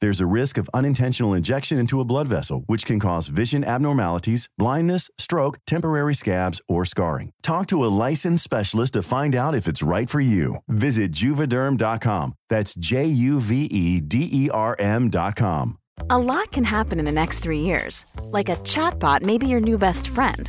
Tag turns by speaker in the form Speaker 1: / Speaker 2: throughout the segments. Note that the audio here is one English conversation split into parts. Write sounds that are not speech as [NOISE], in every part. Speaker 1: There's a risk of unintentional injection into a blood vessel, which can cause vision abnormalities, blindness, stroke, temporary scabs, or scarring. Talk to a licensed specialist to find out if it's right for you. Visit juvederm.com. That's J U V E D E R M.com.
Speaker 2: A lot can happen in the next three years. Like a chatbot may be your new best friend.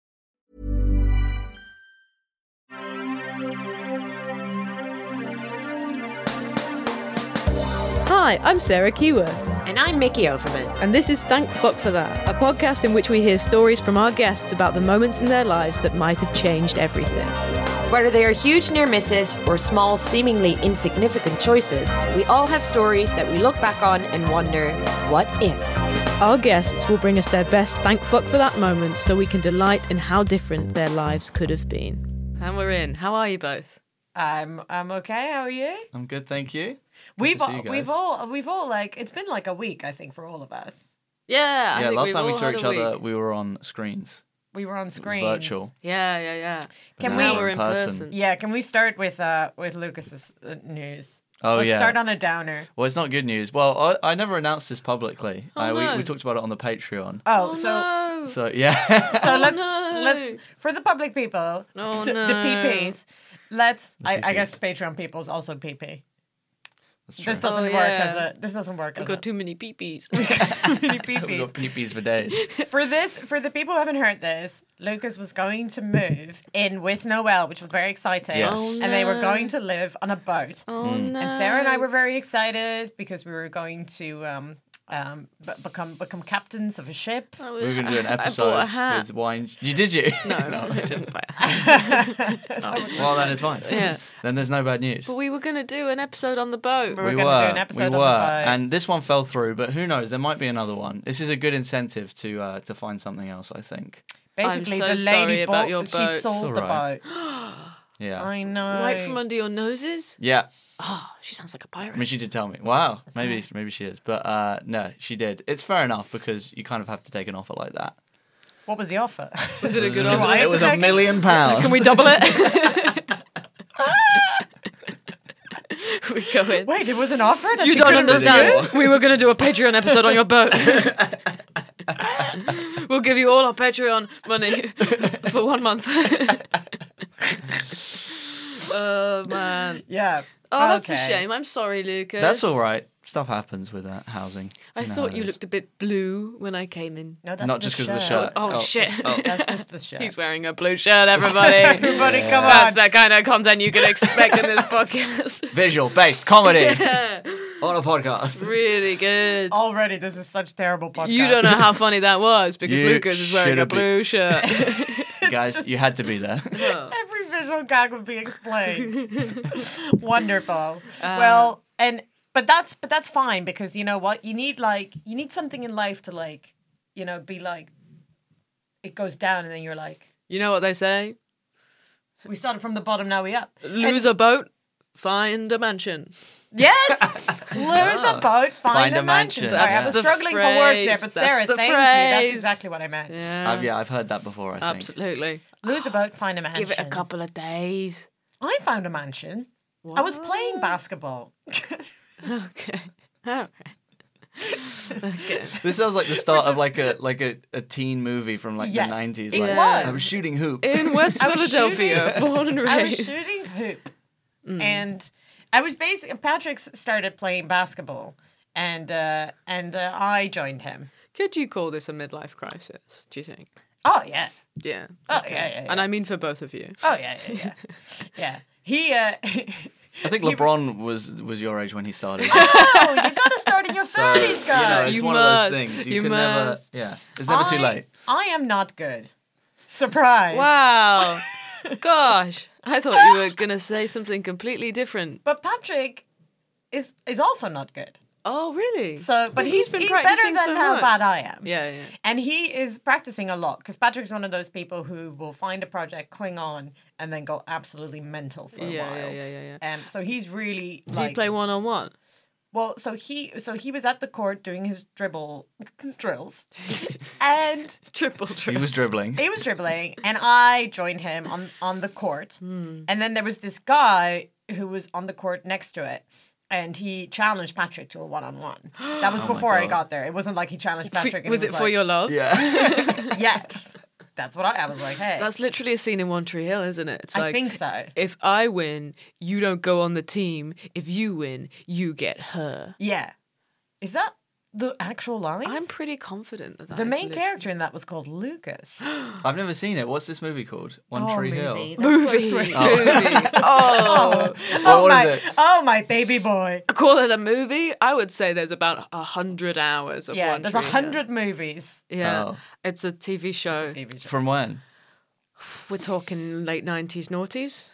Speaker 3: Hi, I'm Sarah Kewer,
Speaker 4: And I'm Mickey Overman.
Speaker 3: and this is Thank Fuck for That, a podcast in which we hear stories from our guests about the moments in their lives that might have changed everything.
Speaker 4: Whether they are huge near misses or small, seemingly insignificant choices, we all have stories that we look back on and wonder, what if?
Speaker 3: Our guests will bring us their best Thank Fuck for That moment so we can delight in how different their lives could have been.
Speaker 5: And we're in. How are you both?
Speaker 6: I'm I'm okay. How are you?
Speaker 7: I'm good, thank you. Good to
Speaker 6: we've
Speaker 7: see
Speaker 6: all,
Speaker 7: you
Speaker 6: we've
Speaker 7: guys.
Speaker 6: all we've all like it's been like a week I think for all of us.
Speaker 5: Yeah. I
Speaker 7: yeah.
Speaker 5: think
Speaker 7: Last
Speaker 5: we've
Speaker 7: time we
Speaker 5: all
Speaker 7: saw
Speaker 5: had
Speaker 7: each
Speaker 5: a
Speaker 7: other,
Speaker 5: week.
Speaker 7: we were on screens.
Speaker 6: We were on
Speaker 7: It was
Speaker 6: screen.
Speaker 7: virtual.
Speaker 5: Yeah, yeah, yeah.
Speaker 7: but
Speaker 6: Can
Speaker 7: now
Speaker 6: we-
Speaker 5: Now we're in person.
Speaker 6: Yeah, can we start with uh with Lucas's uh, news?
Speaker 7: Oh,
Speaker 6: Let's
Speaker 7: yeah.
Speaker 6: start on a downer.
Speaker 7: Well, it's not good news. Well, I, I never announced this publicly.
Speaker 5: Oh,
Speaker 7: I, we,
Speaker 5: no.
Speaker 7: we talked about it on the Patreon.
Speaker 6: Oh,
Speaker 5: Oh,
Speaker 6: so
Speaker 5: no.
Speaker 6: [LAUGHS]
Speaker 7: So yeah,
Speaker 6: so
Speaker 5: Oh,
Speaker 7: [LAUGHS]
Speaker 6: let's
Speaker 5: no.
Speaker 6: let's for the public people,
Speaker 5: Oh,
Speaker 6: the, the
Speaker 5: no.
Speaker 6: PPs. Let's I, I guess
Speaker 7: PPs.
Speaker 6: Patreon people's also PP. This
Speaker 7: That's true.
Speaker 6: doesn't
Speaker 5: Oh,
Speaker 6: work
Speaker 5: yeah.
Speaker 6: as a this doesn't work
Speaker 5: We've
Speaker 6: as
Speaker 5: got
Speaker 6: a Oh,
Speaker 5: too
Speaker 6: [LAUGHS]
Speaker 5: many peepees.
Speaker 6: many
Speaker 7: We've
Speaker 6: PPs.
Speaker 7: got peepees for days.
Speaker 6: [LAUGHS] for this, for the people who haven't heard this, Lucas was going to move in with Noel, which was very exciting.
Speaker 7: Yes. Oh,
Speaker 6: And they were
Speaker 5: no.
Speaker 6: going to live on a boat.
Speaker 5: [LAUGHS] oh
Speaker 7: Mm.
Speaker 5: no.
Speaker 7: [LAUGHS]
Speaker 6: And Sarah and I were very excited because we were going to um, um, b- become become captains of a ship.
Speaker 5: I
Speaker 7: We were going to do
Speaker 6: [LAUGHS]
Speaker 7: an
Speaker 5: I bought a
Speaker 7: episode
Speaker 5: hat.
Speaker 7: with wine. You did you?
Speaker 5: No, I [LAUGHS]
Speaker 6: [LAUGHS]
Speaker 5: didn't buy a hat.
Speaker 7: [LAUGHS] Oh, well, then it's fine.
Speaker 5: Yeah.
Speaker 7: Then there's no bad news.
Speaker 5: But we were going to do an episode on the boat.
Speaker 6: We were
Speaker 7: we
Speaker 6: gonna do
Speaker 7: were,
Speaker 6: an episode
Speaker 7: we
Speaker 6: on the
Speaker 7: were,
Speaker 6: boat.
Speaker 7: and this one fell through. But who knows? There might be another one. This is a good incentive to uh, to find something else. I think.
Speaker 6: Basically,
Speaker 5: so
Speaker 6: the lady
Speaker 5: sorry
Speaker 6: bought,
Speaker 5: about your
Speaker 6: she
Speaker 5: boat. It's
Speaker 6: sold the
Speaker 7: alright.
Speaker 6: boat.
Speaker 7: [GASPS] Yeah.
Speaker 6: I know.
Speaker 5: Right from under your noses?
Speaker 7: Yeah.
Speaker 5: Oh, she sounds like a pirate.
Speaker 7: I mean, she did tell me. Wow, maybe maybe she is, but uh, no, she did. It's fair enough because you kind of have to take an offer like that.
Speaker 6: What was the
Speaker 7: [LAUGHS]
Speaker 6: offer?
Speaker 5: was it a good
Speaker 6: Do I
Speaker 5: offer?
Speaker 6: have to take-
Speaker 7: pounds.
Speaker 5: Can we double it? [LAUGHS] we go in.
Speaker 6: Wait, it was an offer. That
Speaker 5: You
Speaker 6: she
Speaker 5: don't
Speaker 6: couldn't
Speaker 5: understand.
Speaker 6: refuse?
Speaker 5: We were going to do a Patreon episode on your boat. [LAUGHS] we'll give you all our Patreon money [LAUGHS] for one month. [LAUGHS] oh man!
Speaker 6: Yeah.
Speaker 5: Oh, that's a
Speaker 6: Okay.
Speaker 5: shame. I'm sorry, Lucas.
Speaker 7: That's all right. Stuff happens with that housing.
Speaker 5: I
Speaker 7: You know
Speaker 5: thought
Speaker 7: how it
Speaker 5: you
Speaker 7: is.
Speaker 5: looked a bit blue when I came in.
Speaker 6: No, that's
Speaker 7: Not
Speaker 6: the
Speaker 7: just because of the
Speaker 6: shirt.
Speaker 7: shirt.
Speaker 5: Oh, shit.
Speaker 6: That's just
Speaker 7: [LAUGHS]
Speaker 6: the shirt.
Speaker 5: He's wearing a blue shirt,
Speaker 6: [LAUGHS]
Speaker 5: everybody.
Speaker 6: Everybody, come
Speaker 5: That's
Speaker 6: on.
Speaker 5: the kind of content you can expect in this
Speaker 6: [LAUGHS]
Speaker 5: podcast.
Speaker 7: Visual based comedy on a podcast.
Speaker 5: really good.
Speaker 6: Already, this is such terrible podcast.
Speaker 5: You don't know
Speaker 6: [LAUGHS]
Speaker 5: how funny that was because
Speaker 7: You
Speaker 5: Lucas is wearing a
Speaker 7: shoulda be-
Speaker 5: blue shirt.
Speaker 7: [LAUGHS] You guys, you had to
Speaker 6: [LAUGHS]
Speaker 7: be there.
Speaker 6: Every visual gag would be explained. Wonderful. well, and but that's but that's fine because you know what you need like you need something in life to like you know, be like, it goes down, and then you're like,
Speaker 5: You know what they say?
Speaker 6: we started from the bottom, now we up.
Speaker 5: Lose a boat, find a mansion.
Speaker 6: Yes, lose
Speaker 7: [LAUGHS]
Speaker 6: a boat, find,
Speaker 7: Find
Speaker 6: a,
Speaker 7: a
Speaker 6: mansion.
Speaker 7: mansion.
Speaker 6: Sorry, I
Speaker 7: That's
Speaker 6: was
Speaker 5: the
Speaker 6: struggling for words there,
Speaker 5: phrase.
Speaker 6: but
Speaker 5: That's
Speaker 6: Sarah,
Speaker 5: the
Speaker 6: thank you. That's
Speaker 5: phrase.
Speaker 6: exactly what I meant.
Speaker 5: Yeah.
Speaker 7: I've, yeah, I've heard that before. I think.
Speaker 5: Absolutely.
Speaker 6: Lose a boat, find a mansion.
Speaker 5: Give it a couple of days.
Speaker 6: I found a mansion. I was playing basketball.
Speaker 5: Okay. All right. okay.
Speaker 7: This sounds like the start of like a like a, a teen movie from like
Speaker 6: Yes,
Speaker 7: the nineties.
Speaker 6: it
Speaker 7: Like,
Speaker 6: was.
Speaker 7: I was shooting hoop. [LAUGHS]
Speaker 5: In
Speaker 6: [LAUGHS]
Speaker 5: West
Speaker 6: I was
Speaker 5: Philadelphia, born and
Speaker 6: I was
Speaker 5: raised. Mm.
Speaker 6: shooting hoop, and I was basically Patrick s- started playing basketball, and uh, and uh, I joined him.
Speaker 5: Could you call this a midlife crisis? Do you think?
Speaker 6: Oh yeah,
Speaker 5: Yeah.
Speaker 6: Oh, yeah, yeah,
Speaker 5: And I mean for both of you.
Speaker 6: oh yeah, yeah, yeah. yeah. He. Uh, [LAUGHS]
Speaker 7: I think LeBron was was your age when he started.
Speaker 6: oh, you gotta start in your
Speaker 7: So, you
Speaker 6: thirties,
Speaker 7: know,
Speaker 6: guys.
Speaker 7: it's
Speaker 5: You
Speaker 7: one
Speaker 5: must.
Speaker 7: of those things. You,
Speaker 5: You
Speaker 7: can
Speaker 5: must.
Speaker 7: never. Yeah, it's never too
Speaker 6: I-
Speaker 7: late.
Speaker 6: [LAUGHS] I am not good. Surprise.
Speaker 5: [LAUGHS] Wow. Gosh. I thought you were going to say something completely different.
Speaker 6: But Patrick is is also not good.
Speaker 5: Oh, really?
Speaker 6: So, but he's,
Speaker 5: been
Speaker 6: he's better
Speaker 5: practicing
Speaker 6: than
Speaker 5: so
Speaker 6: how
Speaker 5: much.
Speaker 6: bad I am.
Speaker 5: yeah, yeah.
Speaker 6: And he is practicing a lot because Patrick's one of those people who will find a project, cling on, and then go absolutely mental for a
Speaker 5: Yeah,
Speaker 6: while.
Speaker 5: yeah, yeah, yeah,
Speaker 6: Um, so he's really
Speaker 5: Do
Speaker 6: like
Speaker 5: you play one on one?
Speaker 6: well. So he so he was at the court doing his dribble [LAUGHS]
Speaker 5: [LAUGHS]
Speaker 6: drills, and
Speaker 5: Triple triple.
Speaker 7: He
Speaker 5: [LAUGHS]
Speaker 7: was dribbling.
Speaker 6: [LAUGHS] he was dribbling, and I joined him on on the court,
Speaker 5: Hmm.
Speaker 6: and then there was this guy who was on the court next to it. And he challenged Patrick to a one-on-one. That
Speaker 5: [GASPS] Oh
Speaker 6: was before I
Speaker 7: God.
Speaker 6: got there. It wasn't like he challenged Patrick. and
Speaker 5: was it for
Speaker 6: like,
Speaker 5: your love?
Speaker 7: Yeah.
Speaker 6: [LAUGHS] Yes, that's what I, I was like. Hey,
Speaker 5: That's literally a scene in One Tree Hill, isn't it? It's
Speaker 6: I
Speaker 5: like,
Speaker 6: think so.
Speaker 5: If I win, you don't go on the team. If you win, you get her.
Speaker 6: Yeah. Is that the actual line?
Speaker 5: I'm pretty confident that
Speaker 6: the
Speaker 5: that is
Speaker 6: main
Speaker 5: lit-
Speaker 6: character in that was called Lucas.
Speaker 5: [GASPS]
Speaker 7: [LAUGHS] I've never seen it. What's this movie called? One
Speaker 6: Oh, [GASPS]
Speaker 7: Tree Hill.
Speaker 5: Movie. [LAUGHS]
Speaker 6: [LAUGHS]
Speaker 5: movie. oh.
Speaker 6: Oh,
Speaker 7: what
Speaker 6: my,
Speaker 7: is it?
Speaker 6: oh my baby boy.
Speaker 5: Call it a movie? I would say there's about a hundred hours of
Speaker 6: Yeah,
Speaker 5: One
Speaker 6: there's
Speaker 5: Tree
Speaker 6: a
Speaker 5: Hill.
Speaker 6: hundred movies.
Speaker 5: Yeah,
Speaker 7: Oh.
Speaker 5: it's a TV show.
Speaker 6: TV show.
Speaker 7: From when?
Speaker 5: We're talking late nineties, noughties.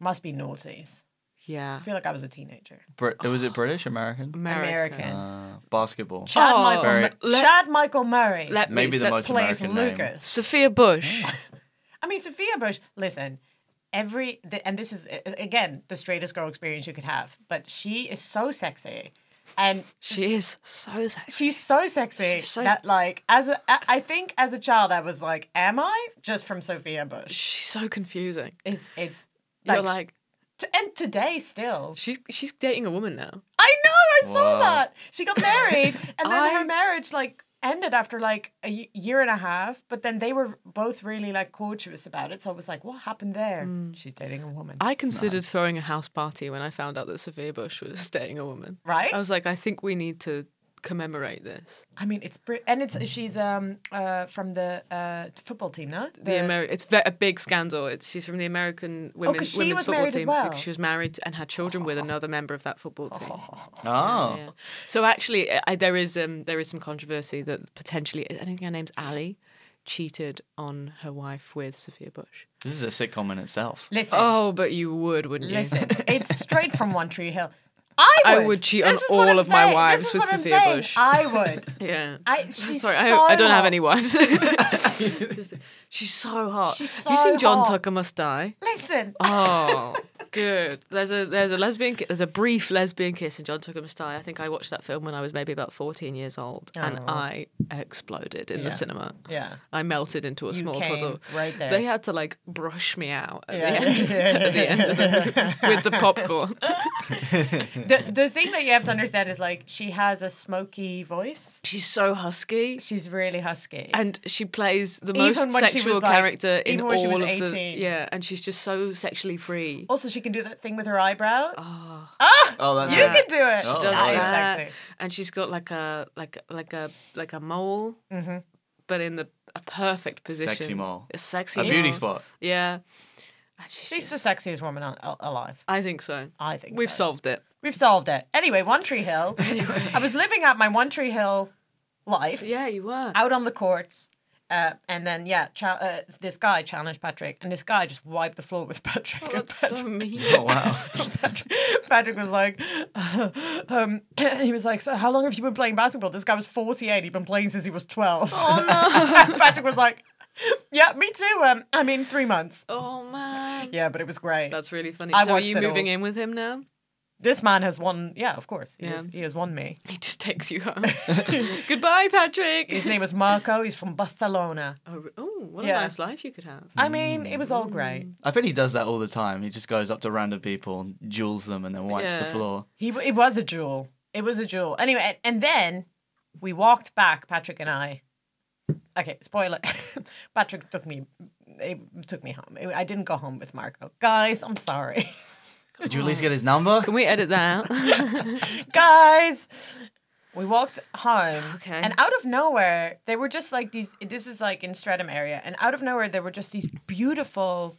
Speaker 6: Must be naughties.
Speaker 5: Yeah,
Speaker 6: I feel like I was a teenager.
Speaker 7: Brit- was it British? American?
Speaker 5: America.
Speaker 6: American.
Speaker 7: Uh, basketball.
Speaker 6: Chad,
Speaker 5: Oh.
Speaker 6: Michael,
Speaker 7: Very-
Speaker 6: Mur- Chad Michael Murray
Speaker 5: Let me
Speaker 7: Maybe the
Speaker 5: set-
Speaker 7: most
Speaker 6: plays
Speaker 7: American name.
Speaker 6: Lucas.
Speaker 5: Sophia Bush.
Speaker 6: I mean, Sophia Bush, listen, every, the, and this is, uh, again, the straightest girl experience you could have, but she is so sexy. And
Speaker 5: [LAUGHS] she is so sexy.
Speaker 6: She's so sexy
Speaker 5: She's so
Speaker 6: that,
Speaker 5: s-
Speaker 6: like, as a, I I think as a child, I was like, "Am I?" Just from Sophia Bush.
Speaker 5: She's so confusing.
Speaker 6: It's it's
Speaker 5: You're like,
Speaker 6: t- and today still.
Speaker 5: she's she's dating a woman now.
Speaker 6: I know. I saw
Speaker 7: Wow.
Speaker 6: that she got
Speaker 5: [LAUGHS]
Speaker 6: married, and then
Speaker 5: I-
Speaker 6: her marriage like ended after like a y- year and a half. But then they were both really like courteous about it, so I was like, "What happened there?" She's dating a woman,
Speaker 5: Mm. I considered throwing a house party when I found out that Sophia Bush was [LAUGHS] dating a woman.
Speaker 6: right?
Speaker 5: I was like, I think we need to commemorate this.
Speaker 6: I mean, it's Brit- and it's she's um uh from the uh football team, no?
Speaker 5: The, Ameri- it's ve- a big scandal. It's she's from the American women,
Speaker 6: Oh, 'cause she
Speaker 5: women's
Speaker 6: was
Speaker 5: football
Speaker 6: married as
Speaker 5: team
Speaker 6: well. Oh.
Speaker 5: because she was married and had children with another member of that football team.
Speaker 7: Oh.
Speaker 5: Yeah. So actually, I, there is um, there is some controversy that potentially I think her name's Ali cheated on her wife with Sophia Bush.
Speaker 7: This is a sitcom in itself.
Speaker 6: Listen,
Speaker 5: Oh, but you would, wouldn't you? [LAUGHS]
Speaker 6: Listen, it's straight from One Tree Hill. I would,
Speaker 5: I would cheat on
Speaker 6: This is what
Speaker 5: all
Speaker 6: I'm
Speaker 5: of my
Speaker 6: saying.
Speaker 5: wives
Speaker 6: This is
Speaker 5: with
Speaker 6: what I'm
Speaker 5: Sophia
Speaker 6: saying.
Speaker 5: Bush.
Speaker 6: I would.
Speaker 5: Yeah.
Speaker 6: I,
Speaker 5: [LAUGHS]
Speaker 6: she's
Speaker 5: Sorry,
Speaker 6: so
Speaker 5: I, I don't have
Speaker 6: hot. [LAUGHS]
Speaker 5: any wives. Just- she's so hot.
Speaker 6: She's
Speaker 5: have you
Speaker 6: so
Speaker 5: seen John
Speaker 6: hot.
Speaker 5: Tucker Must Die?
Speaker 6: Listen,
Speaker 5: Oh, [LAUGHS] good. There's a there's a lesbian ki- there's a brief lesbian kiss in John Tucker Must Die. I think I watched that film when I was maybe about 14 years old, and I exploded in the cinema.
Speaker 6: Yeah.
Speaker 5: I melted into a
Speaker 6: You
Speaker 5: small
Speaker 6: came
Speaker 5: puddle.
Speaker 6: right there.
Speaker 5: They had to like brush me out at
Speaker 6: Yeah.
Speaker 5: the end of, at the end of the
Speaker 6: [LAUGHS]
Speaker 5: [LAUGHS] with the popcorn.
Speaker 6: the the thing that you have to understand is like she has a smoky voice.
Speaker 5: She's so husky.
Speaker 6: She's really husky.
Speaker 5: and she plays the
Speaker 6: Even
Speaker 5: most
Speaker 6: when she was,
Speaker 5: sexual
Speaker 6: like-
Speaker 5: character in
Speaker 6: even
Speaker 5: all
Speaker 6: when she was
Speaker 5: of the
Speaker 6: 18.
Speaker 5: yeah, and she's just so sexually free.
Speaker 6: also, she can do that thing with her eyebrow.
Speaker 7: Oh, that's
Speaker 6: you can do it.
Speaker 7: She
Speaker 5: Does
Speaker 7: does
Speaker 6: that is
Speaker 5: that,
Speaker 6: sexy.
Speaker 5: and she's got like a like like a like a mole,
Speaker 6: Mm-hmm.
Speaker 5: but in the a perfect position,
Speaker 7: Sexy mole.
Speaker 5: a sexy
Speaker 7: a beauty
Speaker 5: mole.
Speaker 7: spot.
Speaker 5: Yeah, and she's,
Speaker 6: She's the sexiest woman al- alive.
Speaker 5: I think so.
Speaker 6: I think
Speaker 5: We've
Speaker 6: Oh, so.
Speaker 5: solved it.
Speaker 6: We've solved it. Anyway, One Tree Hill. I was living out my One Tree Hill life.
Speaker 5: Yeah, you were.
Speaker 6: out on the courts. Uh, and then yeah, cha- uh, this guy challenged Patrick, and this guy just wiped the floor with [LAUGHS] Patrick. and
Speaker 5: That's
Speaker 6: Patrick- [LAUGHS]
Speaker 5: so mean.
Speaker 7: Oh wow.
Speaker 6: Patrick, Patrick was like, um, [LAUGHS] he was like, so how long have you been playing basketball? This guy was 48. He'd been playing since he was 12. Oh, no. [LAUGHS] Patrick was like, yeah, me too. Um, I mean, three months.
Speaker 5: Oh man.
Speaker 6: Yeah, but it was great.
Speaker 5: That's really funny.
Speaker 6: I
Speaker 5: so are
Speaker 6: watched
Speaker 5: you
Speaker 6: it
Speaker 5: moving
Speaker 6: all.
Speaker 5: in with him now?
Speaker 6: this man has won. Yeah, of course. He,
Speaker 5: Yeah.
Speaker 6: has, [LAUGHS] he has won me.
Speaker 5: He just takes you home. [LAUGHS] Goodbye, Patrick.
Speaker 6: His name was Marco. He's from Barcelona.
Speaker 5: Oh, re- oh, what
Speaker 6: Yeah.
Speaker 5: a nice life you could have.
Speaker 6: I mean, it was all great.
Speaker 7: [LAUGHS] I bet he does that all the time. He just goes up to random people, and duels them, and then wipes the
Speaker 5: Yeah.
Speaker 7: floor.
Speaker 6: He it was a duel. It was a duel. Anyway, and, and then we walked back, Patrick and I. Okay, spoiler. [LAUGHS] Patrick took me. It took me home. I didn't go home with Marco. Guys, I'm sorry.
Speaker 7: Did you at least get his number?
Speaker 5: Can we edit [LAUGHS] that out?
Speaker 6: Guys, we walked home.
Speaker 5: Okay.
Speaker 6: And out of nowhere, they were just like these. This is like in Streatham area, and out of nowhere, there were just these beautiful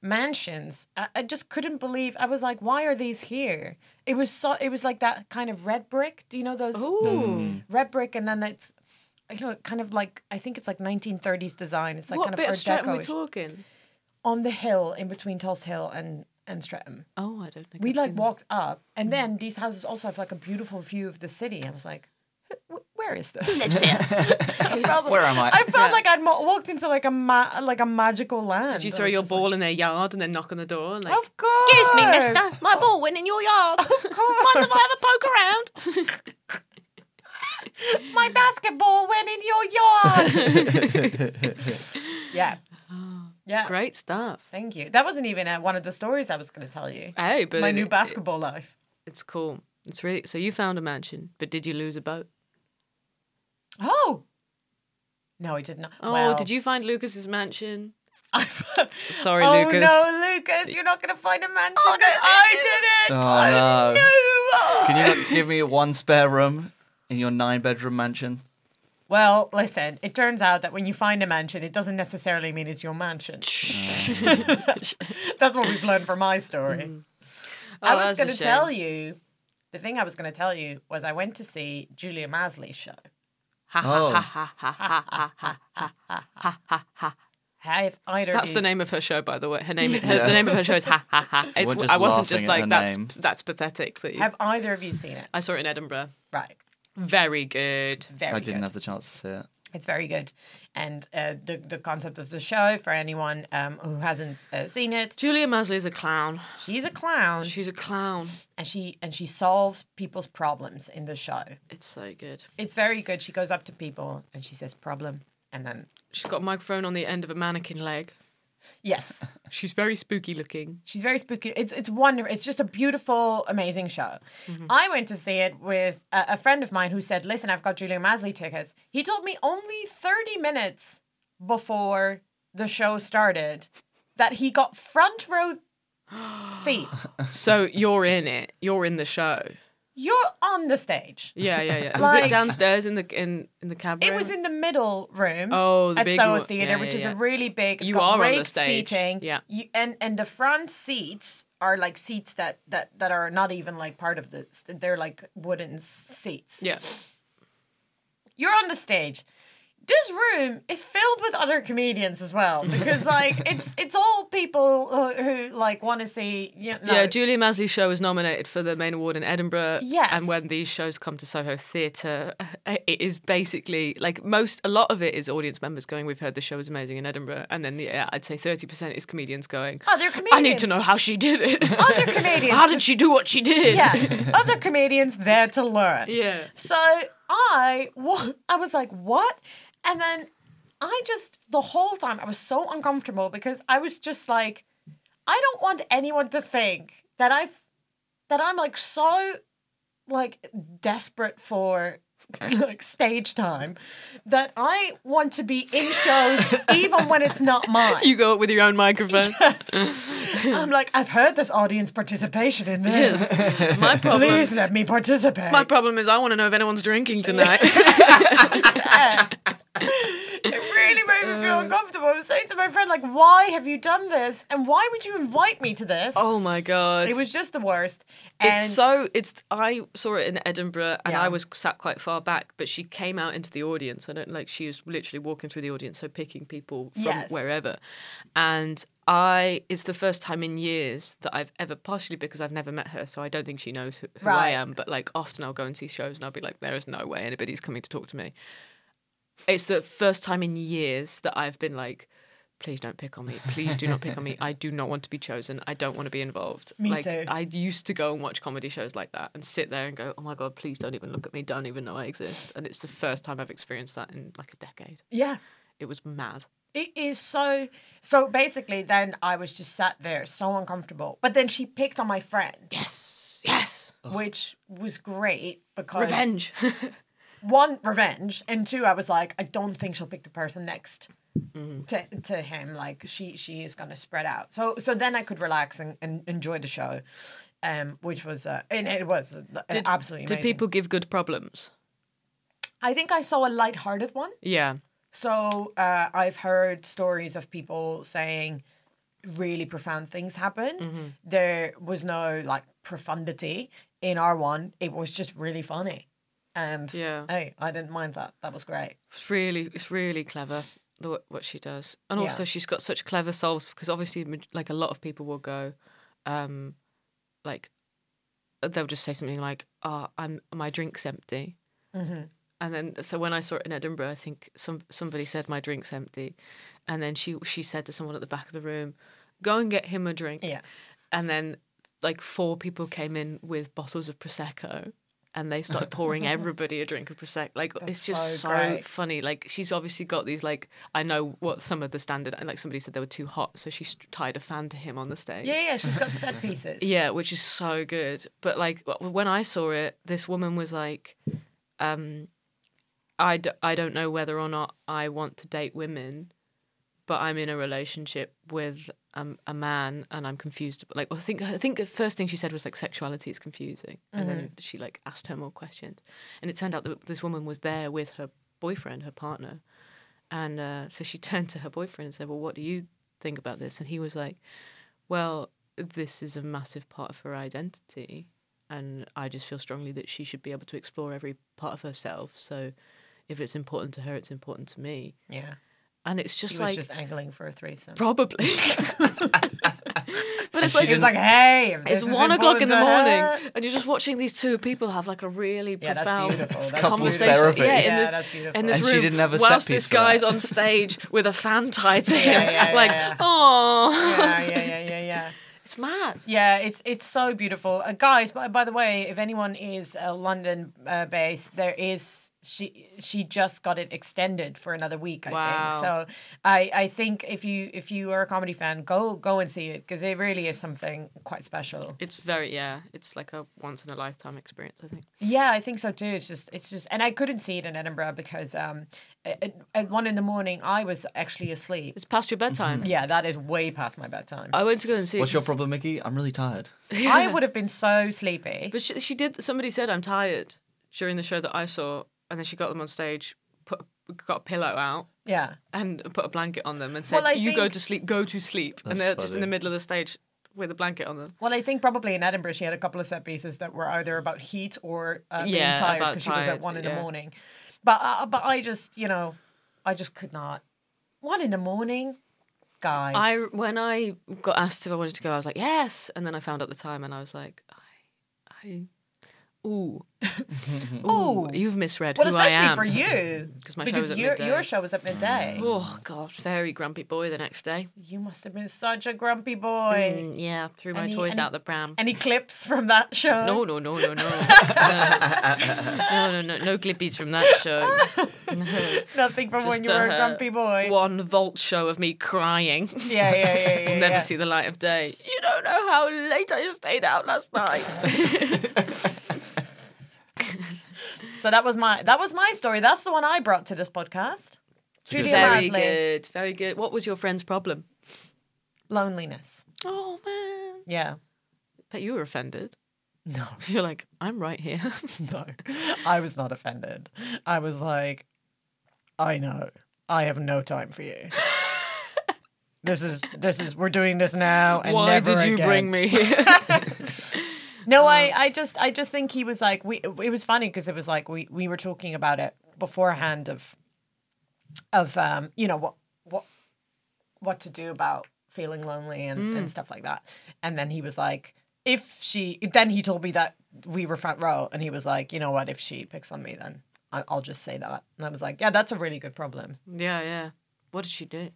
Speaker 6: mansions. I, I just couldn't believe. I was like, why are these here? It was so. It was like that kind of red brick. Do you know those? those red brick, and then it's. You know, kind of like I think it's like 1930s design. It's like
Speaker 5: what
Speaker 6: kind
Speaker 5: bit
Speaker 6: of
Speaker 5: of
Speaker 6: Art
Speaker 5: Stratton are we
Speaker 6: Deco
Speaker 5: talking?
Speaker 6: on the hill in between Tulse Hill and and Streatham.
Speaker 5: Oh, I don't think
Speaker 6: We
Speaker 5: I've
Speaker 6: like
Speaker 5: seen
Speaker 6: walked up,
Speaker 5: Mm.
Speaker 6: and then these houses also have like a beautiful view of the city. I was like, "Wh- "Where is this?" [LAUGHS]
Speaker 5: [LAUGHS]
Speaker 6: I felt-
Speaker 7: Where am I?
Speaker 6: I felt
Speaker 5: Yeah.
Speaker 6: like I'd mo- walked into like a ma- like a magical land.
Speaker 5: that. Did you
Speaker 6: I
Speaker 5: throw
Speaker 6: was
Speaker 5: your
Speaker 6: just
Speaker 5: ball in their yard and then knock on the door? And like,
Speaker 6: Like, of course.
Speaker 5: Excuse me, mister. My ball went in your yard. [LAUGHS] Mind if I have a poke around?
Speaker 6: My basketball went in your yard.
Speaker 5: [LAUGHS] [GASPS]
Speaker 6: yeah. Yeah.
Speaker 5: Great stuff.
Speaker 6: Thank you. That wasn't even uh, one of the stories I was going to tell you.
Speaker 5: Hey, but
Speaker 6: My
Speaker 5: it-
Speaker 6: new
Speaker 5: it-
Speaker 6: basketball life.
Speaker 5: It's cool. It's really so you found a mansion, but did you lose a boat?
Speaker 6: Oh. No, I did not.
Speaker 5: Oh,
Speaker 6: well,
Speaker 5: did you find Lucas's mansion?
Speaker 6: [LAUGHS] I found-
Speaker 5: Sorry,
Speaker 6: oh,
Speaker 5: Lucas.
Speaker 6: no, Lucas, you're not going to find a mansion. Oh, I did it.
Speaker 7: Oh,
Speaker 6: I
Speaker 7: no.
Speaker 6: know.
Speaker 7: Can you not give me one spare room in your
Speaker 6: [LAUGHS]
Speaker 7: nine-bedroom mansion?
Speaker 6: Well, listen, it turns out that when you find a mansion, it doesn't necessarily mean it's your mansion. [LAUGHS] That's what we've learned from my story. I
Speaker 5: Oh,
Speaker 6: was
Speaker 5: that's a
Speaker 6: going to
Speaker 5: shame.
Speaker 6: tell you, the thing I was going to tell you was I went to see Julia Masley's show.
Speaker 7: Oh,
Speaker 6: Have either
Speaker 5: That's the
Speaker 6: yous-
Speaker 5: name of her show, by the way. Her
Speaker 7: [LAUGHS]
Speaker 5: name, her, the name of her show is Ha Ha Ha. It's,
Speaker 7: We're just
Speaker 5: I wasn't just
Speaker 7: laughing at
Speaker 5: like
Speaker 7: her
Speaker 5: that's
Speaker 7: name.
Speaker 5: that's pathetic. That you,
Speaker 6: Have either of you seen it?
Speaker 5: I saw it in Edinburgh.
Speaker 6: Right.
Speaker 5: Very good.
Speaker 6: Very
Speaker 7: I didn't
Speaker 6: good.
Speaker 7: have the chance to see it.
Speaker 6: It's very good. And uh, the, the concept of the show, for anyone um, who hasn't uh, seen it,
Speaker 5: Julia Masley is a clown.
Speaker 6: she's a clown
Speaker 5: She's a clown.
Speaker 6: and she, and she solves people's problems in the show.
Speaker 5: It's so good.
Speaker 6: It's very good. She goes up to people and she says, problem. And then,
Speaker 5: She's got a microphone on the end of a mannequin leg.
Speaker 6: yes,
Speaker 5: She's very spooky looking.
Speaker 6: she's very spooky. It's, it's wonderful. It's just a beautiful, amazing show. I went to see it with a, a friend of mine who said, listen, I've got Julia Masley tickets. He told me only 30 minutes before the show started that he got front row seat.
Speaker 5: So you're in it. You're in the show.
Speaker 6: You're on the stage.
Speaker 5: Yeah, yeah, yeah. was it
Speaker 6: Like-
Speaker 5: downstairs in the in in the cabaret?
Speaker 6: It was in the middle room.
Speaker 5: Oh, the
Speaker 6: at
Speaker 5: big
Speaker 6: Soho
Speaker 5: one.
Speaker 6: Theatre,
Speaker 5: Yeah,
Speaker 6: which
Speaker 5: yeah,
Speaker 6: is
Speaker 5: yeah.
Speaker 6: a really big. It's
Speaker 5: You
Speaker 6: got
Speaker 5: are on the
Speaker 6: great
Speaker 5: stage.
Speaker 6: Seating.
Speaker 5: Yeah.
Speaker 6: You, and and the front seats are like seats that that that are not even like part of the. They're like wooden seats.
Speaker 5: Yeah.
Speaker 6: You're on the stage. This room is filled with other comedians as well
Speaker 5: [LAUGHS]
Speaker 6: because like it's it's all people who, who like want to see you know,
Speaker 5: Yeah, Julia Masley's show was nominated for the main award in Edinburgh.
Speaker 6: Yes.
Speaker 5: And when these shows come to Soho Theatre, [LAUGHS] it is basically like most, a lot of it is audience members going, We've heard the show is amazing in Edinburgh. And then, yeah, I'd say 30% is comedians going,
Speaker 6: Other
Speaker 5: I need
Speaker 6: Oh, comedians.
Speaker 5: to know how she did it. [LAUGHS]
Speaker 6: Other comedians
Speaker 5: how did
Speaker 6: just-
Speaker 5: she do what she did?
Speaker 6: yeah [LAUGHS] other comedians there to learn
Speaker 5: Yeah.
Speaker 6: So I, wa- I was like, what? And then I just, the whole time, I was so uncomfortable because I was just like, I don't want anyone to think that I've, that I'm like so, like desperate for [LAUGHS] like stage time that I want to be in shows even when it's
Speaker 5: [LAUGHS]
Speaker 6: not mine.
Speaker 5: [LAUGHS] You go up with your
Speaker 6: [LAUGHS]
Speaker 5: own microphone.
Speaker 6: I'm like, I've heard this audience participation in this.
Speaker 5: Yes. My problem.
Speaker 6: Please let me participate.
Speaker 5: My problem is I want to know if anyone's drinking tonight.
Speaker 6: It really made me feel
Speaker 5: Uh.
Speaker 6: uncomfortable. I was saying to my friend, like, why have you done this? And why would you invite me to this?
Speaker 5: [LAUGHS] Oh my god.
Speaker 6: It was just the worst. And
Speaker 5: It's so it's I saw it in Edinburgh and
Speaker 6: Yeah.
Speaker 5: I was sat quite far back, but she came out into the audience. I don't like she was literally walking through the audience, so picking people from
Speaker 6: Yes.
Speaker 5: wherever. And I it's the first time in years that I've ever partially because I've never met her, so I don't think she knows who, who
Speaker 6: Right.
Speaker 5: I am. But like often I'll go and see shows and I'll be like, there is no way anybody's coming to talk to me. It's the first time in years that I've been like. Please don't pick on me. Please do not pick on me. I do not want to be chosen. I don't want to be involved.
Speaker 6: Me
Speaker 5: like,
Speaker 6: too.
Speaker 5: I used to go and watch comedy shows like that and sit there and go, "Oh my god, please don't even look at me. Don't even know I exist." And it's the first time I've experienced that in like a decade.
Speaker 6: yeah,
Speaker 5: It was mad.
Speaker 6: It is so. So basically, then I was just sat there, so uncomfortable. But then she picked on my friend,
Speaker 5: Yes, yes,
Speaker 6: which was great because
Speaker 5: revenge.
Speaker 6: One, revenge, and two, I was like, I don't think she'll pick the person next
Speaker 5: Mm-hmm.
Speaker 6: to to him. Like she she is gonna spread out. So so then I could relax and, and enjoy the show, um, which was uh, and it was uh,
Speaker 5: [LAUGHS]
Speaker 6: absolutely.
Speaker 5: Did
Speaker 6: amazing.
Speaker 5: people give good problems?
Speaker 6: I think I saw a lighthearted one.
Speaker 5: Yeah,
Speaker 6: So uh, I've heard stories of people saying really profound things happened.
Speaker 5: Mm-hmm.
Speaker 6: There was no like profundity in our one. It was just really funny, and
Speaker 5: Yeah.
Speaker 6: hey, I didn't mind that. That was great.
Speaker 5: it's really, it's really clever the, w- what she does, and
Speaker 6: Yeah.
Speaker 5: also she's got such clever solves because obviously, ma- like a lot of people will go, um, like they'll just say something like, "Ah, I'm my drink's empty." And then, so when I saw it in Edinburgh, I think some somebody said my drink's empty, and then she she said to someone at the back of the room, "Go and get him a drink."
Speaker 6: Yeah.
Speaker 5: And then, like four people came in with bottles of prosecco, and they
Speaker 6: [LAUGHS]
Speaker 5: started pouring everybody a drink of prosecco. Like it's just
Speaker 6: so
Speaker 5: so,
Speaker 6: great.
Speaker 5: funny. Like she's obviously got these like I know what some of the standard and like somebody said they were too hot, so she st- tied a fan to him on the stage.
Speaker 6: Yeah, yeah, she's got
Speaker 5: [LAUGHS]
Speaker 6: set pieces.
Speaker 5: Yeah, which is so good. But like w- when I saw it, this woman was like, um, I, d- I don't know whether or not I want to date women, but I'm in a relationship with um, a man and I'm confused. But like, I think I think the first thing she said was like sexuality is confusing, and then she like asked her more questions, and it turned out that this woman was there with her boyfriend, her partner, and uh, so she [LAUGHS] turned to her boyfriend and said, "Well, what do you think about this?" And he was like, "Well, this is a massive part of her identity, and I just feel strongly that she should be able to explore every part of herself. So, if it's important to her, it's important to me."
Speaker 6: yeah.
Speaker 5: And it's just
Speaker 6: She was
Speaker 5: like
Speaker 6: just angling for a threesome. [LAUGHS]
Speaker 5: [LAUGHS] probably, but it's like
Speaker 6: She was like, "Hey, if
Speaker 5: [LAUGHS] it's
Speaker 6: this is
Speaker 5: one o'clock in
Speaker 6: important
Speaker 5: the
Speaker 6: to
Speaker 5: morning,
Speaker 6: her-
Speaker 5: and you're just watching these two people have like a really
Speaker 6: Yeah, that's
Speaker 5: profound
Speaker 6: beautiful. That's
Speaker 5: conversation.
Speaker 7: beautiful. Therapy.
Speaker 5: Yeah, in
Speaker 6: Yeah,
Speaker 5: this,
Speaker 6: that's beautiful.
Speaker 5: In this
Speaker 7: And she
Speaker 5: room,
Speaker 7: didn't have a set
Speaker 5: whilst
Speaker 7: piece
Speaker 5: this
Speaker 7: for that.
Speaker 5: guy's on stage
Speaker 6: [LAUGHS]
Speaker 5: with a fan tied to him,
Speaker 6: yeah, yeah,
Speaker 5: [LAUGHS] like,
Speaker 6: yeah.
Speaker 5: oh,
Speaker 6: Yeah, yeah, yeah, yeah, yeah.
Speaker 5: [LAUGHS] it's mad.
Speaker 6: Yeah, it's it's so beautiful, uh, guys. By, by the way, if anyone is uh, London uh, based, there is she she just got it extended for another week. I
Speaker 5: Wow.
Speaker 6: think so. I I think if you if you are a comedy fan, go go and see it because it really is something quite special.
Speaker 5: It's very yeah. It's like a once in a lifetime experience. I think.
Speaker 6: Yeah, I think so too. It's just, it's just, and I couldn't see it in Edinburgh because um, at, at one in the morning I was actually asleep.
Speaker 5: It's past your
Speaker 7: Mm-hmm.
Speaker 5: bedtime.
Speaker 6: Yeah, that is way past my bedtime.
Speaker 5: I went to go and see. it
Speaker 7: What's your
Speaker 5: 'cause-
Speaker 7: problem, Mickey? I'm really tired.
Speaker 6: I
Speaker 5: [LAUGHS]
Speaker 6: would have been so sleepy.
Speaker 5: But she, she did. Somebody said I'm tired during the show that I saw, and then she got them on stage, put got a pillow out,
Speaker 6: Yeah,
Speaker 5: and put a blanket on them and said,
Speaker 6: Well, I
Speaker 5: "You go
Speaker 6: think-
Speaker 5: to sleep, go to sleep," and
Speaker 7: That's
Speaker 5: they're just in
Speaker 7: funny.
Speaker 5: the middle of the stage with a blanket on them.
Speaker 6: Well, I think probably in Edinburgh she had a couple of set pieces that were either about heat or uh, being
Speaker 5: Yeah,
Speaker 6: tired
Speaker 5: about
Speaker 6: because she was at
Speaker 5: tired,
Speaker 6: one in the
Speaker 5: yeah.
Speaker 6: morning. But uh, but I just you know, I just could not. One in the morning, guys.
Speaker 5: I when I got asked if I wanted to go, I was like, "Yes," and then I found out the time, and I was like, "I, I,
Speaker 7: [LAUGHS]
Speaker 5: ooh, ooh, you've misread
Speaker 6: well,
Speaker 5: who I
Speaker 6: especially
Speaker 5: am."
Speaker 6: for you
Speaker 5: [LAUGHS] 'Cause my show
Speaker 6: because
Speaker 5: was at
Speaker 6: your
Speaker 5: midday.
Speaker 6: your show was at midday.
Speaker 5: Oh God, very grumpy boy the next day.
Speaker 6: You must have been such a grumpy boy.
Speaker 5: Mm, yeah, threw my
Speaker 6: Any-
Speaker 5: toys
Speaker 6: any-
Speaker 5: out the pram.
Speaker 6: Any clips from that show?
Speaker 5: No, no, no, no, no,
Speaker 6: [LAUGHS]
Speaker 5: no, no, no, no, no glippies from that show.
Speaker 6: nothing from [LAUGHS] when
Speaker 5: Just,
Speaker 6: you were a
Speaker 5: uh,
Speaker 6: grumpy boy.
Speaker 5: One vault show of me crying. [LAUGHS]
Speaker 6: Yeah, yeah, yeah, yeah.
Speaker 5: Never
Speaker 6: yeah.
Speaker 5: see the light of day. You don't know how late I stayed out
Speaker 6: [LAUGHS]
Speaker 5: last night.
Speaker 6: So that was my that was my story. That's the one I brought to this podcast. Julia
Speaker 5: very
Speaker 6: Masley.
Speaker 5: good, very good. What was your friend's problem?
Speaker 6: Loneliness.
Speaker 5: Oh man, [LAUGHS]
Speaker 6: Yeah.
Speaker 5: that you were offended. No, [LAUGHS] you're like I'm right here.
Speaker 6: [LAUGHS] No, I was not offended. I was like, I know. I have no time for
Speaker 5: [LAUGHS]
Speaker 6: you. this is this is we're doing this now and
Speaker 5: Why
Speaker 6: never
Speaker 5: did you
Speaker 6: again.
Speaker 5: bring
Speaker 6: [LAUGHS]
Speaker 5: me here? [LAUGHS]
Speaker 6: No, I, I just I just think he was like we it was funny because it was like we we were talking about it beforehand of of um you know what what what to do about feeling lonely and, and stuff like that. And then he was like if she then he told me that we were front row and he was like, you know what, if she picks on me then I- I'll just say that. And I was like, yeah, that's a really good problem.
Speaker 5: yeah, yeah. What did she do?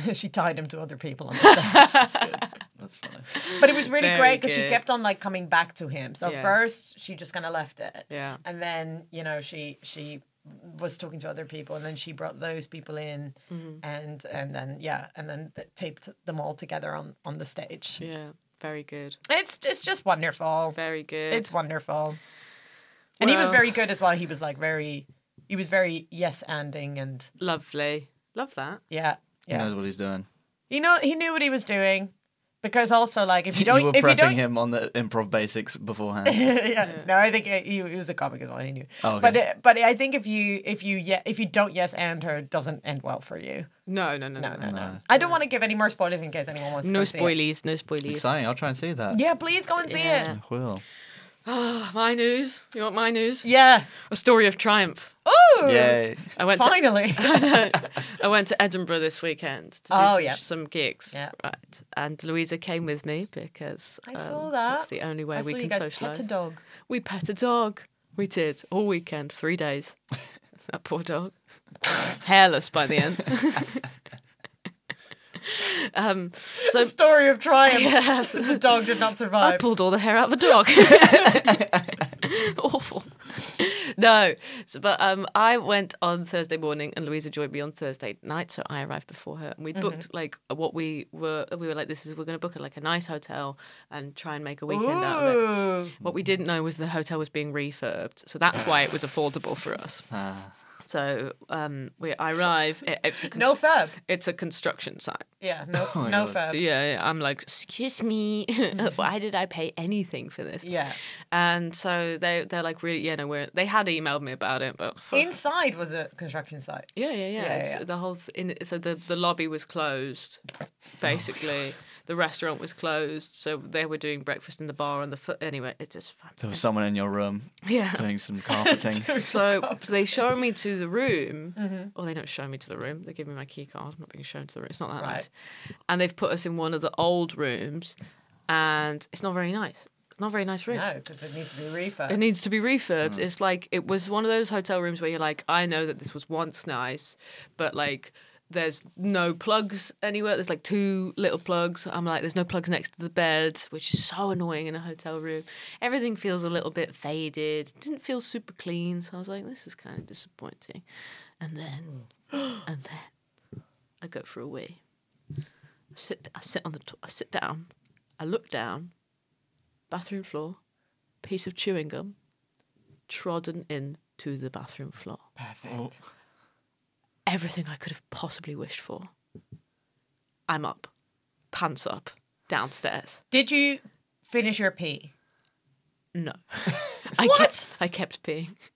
Speaker 6: [LAUGHS] she tied him to other people on the stage.
Speaker 5: [LAUGHS]
Speaker 7: That's funny.
Speaker 6: But it was really
Speaker 5: Very
Speaker 6: great because she
Speaker 5: good.
Speaker 6: kept on like coming back to him. So
Speaker 5: Yeah.
Speaker 6: first she just kind of left it.
Speaker 5: Yeah.
Speaker 6: And then, you know, she she was talking to other people and then she brought those people in
Speaker 5: Mm-hmm.
Speaker 6: and and then yeah, and then th- taped them all together on on the stage.
Speaker 5: Yeah, very good.
Speaker 6: It's it's just wonderful.
Speaker 5: Very good.
Speaker 6: It's wonderful. And he was
Speaker 5: Well-
Speaker 6: very good as well. He was like very he was very yes anding and
Speaker 5: Lovely. Love that.
Speaker 6: yeah.
Speaker 7: He
Speaker 6: Yeah.
Speaker 7: knows what he's doing.
Speaker 6: You know he knew what he was doing. Because also like if you
Speaker 7: [LAUGHS] You,
Speaker 6: don't
Speaker 7: were
Speaker 6: if you don't
Speaker 7: prepping him on the improv basics beforehand.
Speaker 6: [LAUGHS] yeah. No, I think uh, he, he was a comic as well. He knew.
Speaker 7: Oh, okay.
Speaker 6: But uh, but I think if you if you yeah if you don't yes and her it doesn't end well for you.
Speaker 5: No, no, no,
Speaker 6: No, no,
Speaker 5: no.
Speaker 6: no. I don't want to give any more spoilers in case anyone wants
Speaker 5: No
Speaker 6: to. go see it.
Speaker 5: spoilies, no spoilies.
Speaker 7: Exciting. I'll try and see that.
Speaker 6: Yeah, please go and see
Speaker 5: Yeah.
Speaker 6: it.
Speaker 7: Will.
Speaker 5: My news. You want my news?
Speaker 6: Yeah.
Speaker 5: A story of triumph.
Speaker 6: Ooh.
Speaker 7: Yay.
Speaker 5: I went to
Speaker 6: Finally.
Speaker 5: [LAUGHS] I went to Edinburgh this weekend to do
Speaker 6: Oh,
Speaker 5: some,
Speaker 6: yeah.
Speaker 5: some gigs.
Speaker 6: Yeah.
Speaker 5: Right. And Louisa came with me because
Speaker 6: I saw
Speaker 5: um,
Speaker 6: that.
Speaker 5: It's the only way
Speaker 6: I
Speaker 5: we
Speaker 6: saw
Speaker 5: can
Speaker 6: you guys
Speaker 5: socialize.
Speaker 6: Pet a dog.
Speaker 5: We pet a dog. We did all weekend,
Speaker 6: [LAUGHS]
Speaker 5: three days. that poor dog, hairless by the end. um, so
Speaker 6: Story of triumph.
Speaker 5: [LAUGHS] Yes.
Speaker 6: the dog did not
Speaker 5: [LAUGHS] I
Speaker 6: survive.
Speaker 5: pulled all the hair out of the dog.
Speaker 6: [LAUGHS]
Speaker 5: Awful. No, so, but um, I went on Thursday morning, and Louisa joined me on Thursday night, so I arrived before her,
Speaker 6: Mm-hmm.
Speaker 5: and we booked like what we were. We were like, "This is we're going to book like a nice hotel and try and make a weekend out of it."
Speaker 6: Ooh.
Speaker 5: What we didn't know was the hotel was being refurbed, so that's why it was affordable for us.
Speaker 6: [SIGHS] Ah.
Speaker 5: So um, we I arrive. It, it's a
Speaker 6: No
Speaker 5: constr-
Speaker 6: fab.
Speaker 5: It's a construction site.
Speaker 6: Yeah.
Speaker 7: [LAUGHS]
Speaker 6: No.
Speaker 7: Oh
Speaker 6: no fab.
Speaker 5: Yeah, yeah, I'm like, excuse me, [LAUGHS] why did I pay anything for this?
Speaker 6: Yeah.
Speaker 5: And so they they're like, really, yeah, no, we're they had emailed me about it, but
Speaker 6: Inside was a construction site.
Speaker 5: yeah, yeah, yeah.
Speaker 6: Yeah,
Speaker 5: it's-
Speaker 6: yeah.
Speaker 5: The whole th- in, so the the lobby was closed, basically.
Speaker 6: [SIGHS]
Speaker 5: the restaurant was closed, so they were doing breakfast in the bar and the foot. Anyway, it just fun.
Speaker 7: There was someone in your
Speaker 6: [LAUGHS]
Speaker 7: room
Speaker 5: Yeah.
Speaker 7: doing some carpeting.
Speaker 5: [LAUGHS] So, so they show me to the room.
Speaker 6: Mm-hmm.
Speaker 5: Well, they don't show me to the room. They give me my key card. I'm not being shown to the room. It's not that
Speaker 6: Right.
Speaker 5: nice. And they've put us in one of the old rooms, and it's not very nice. Not a very nice room.
Speaker 6: No, because it needs to be
Speaker 5: It
Speaker 6: refurbed.
Speaker 5: needs to be refurbed. It's like it was one of those hotel rooms where you're like, I know that this was once nice, but like there's no plugs anywhere. There's like two little plugs. I'm like, there's no plugs next to the bed, which is so annoying in a hotel room. Everything feels a little bit faded. It didn't feel super clean, so I was like, this is kind of disappointing. And then, and then, I go for a wee. I sit, I sit on the, t- I sit down. I look down. Bathroom floor piece of chewing gum trodden in to the bathroom floor.
Speaker 6: Perfect.
Speaker 5: Everything I could have possibly wished for. I'm up, pants up, downstairs.
Speaker 6: Did you finish your pee?
Speaker 5: No. I kept I kept peeing.
Speaker 6: [LAUGHS]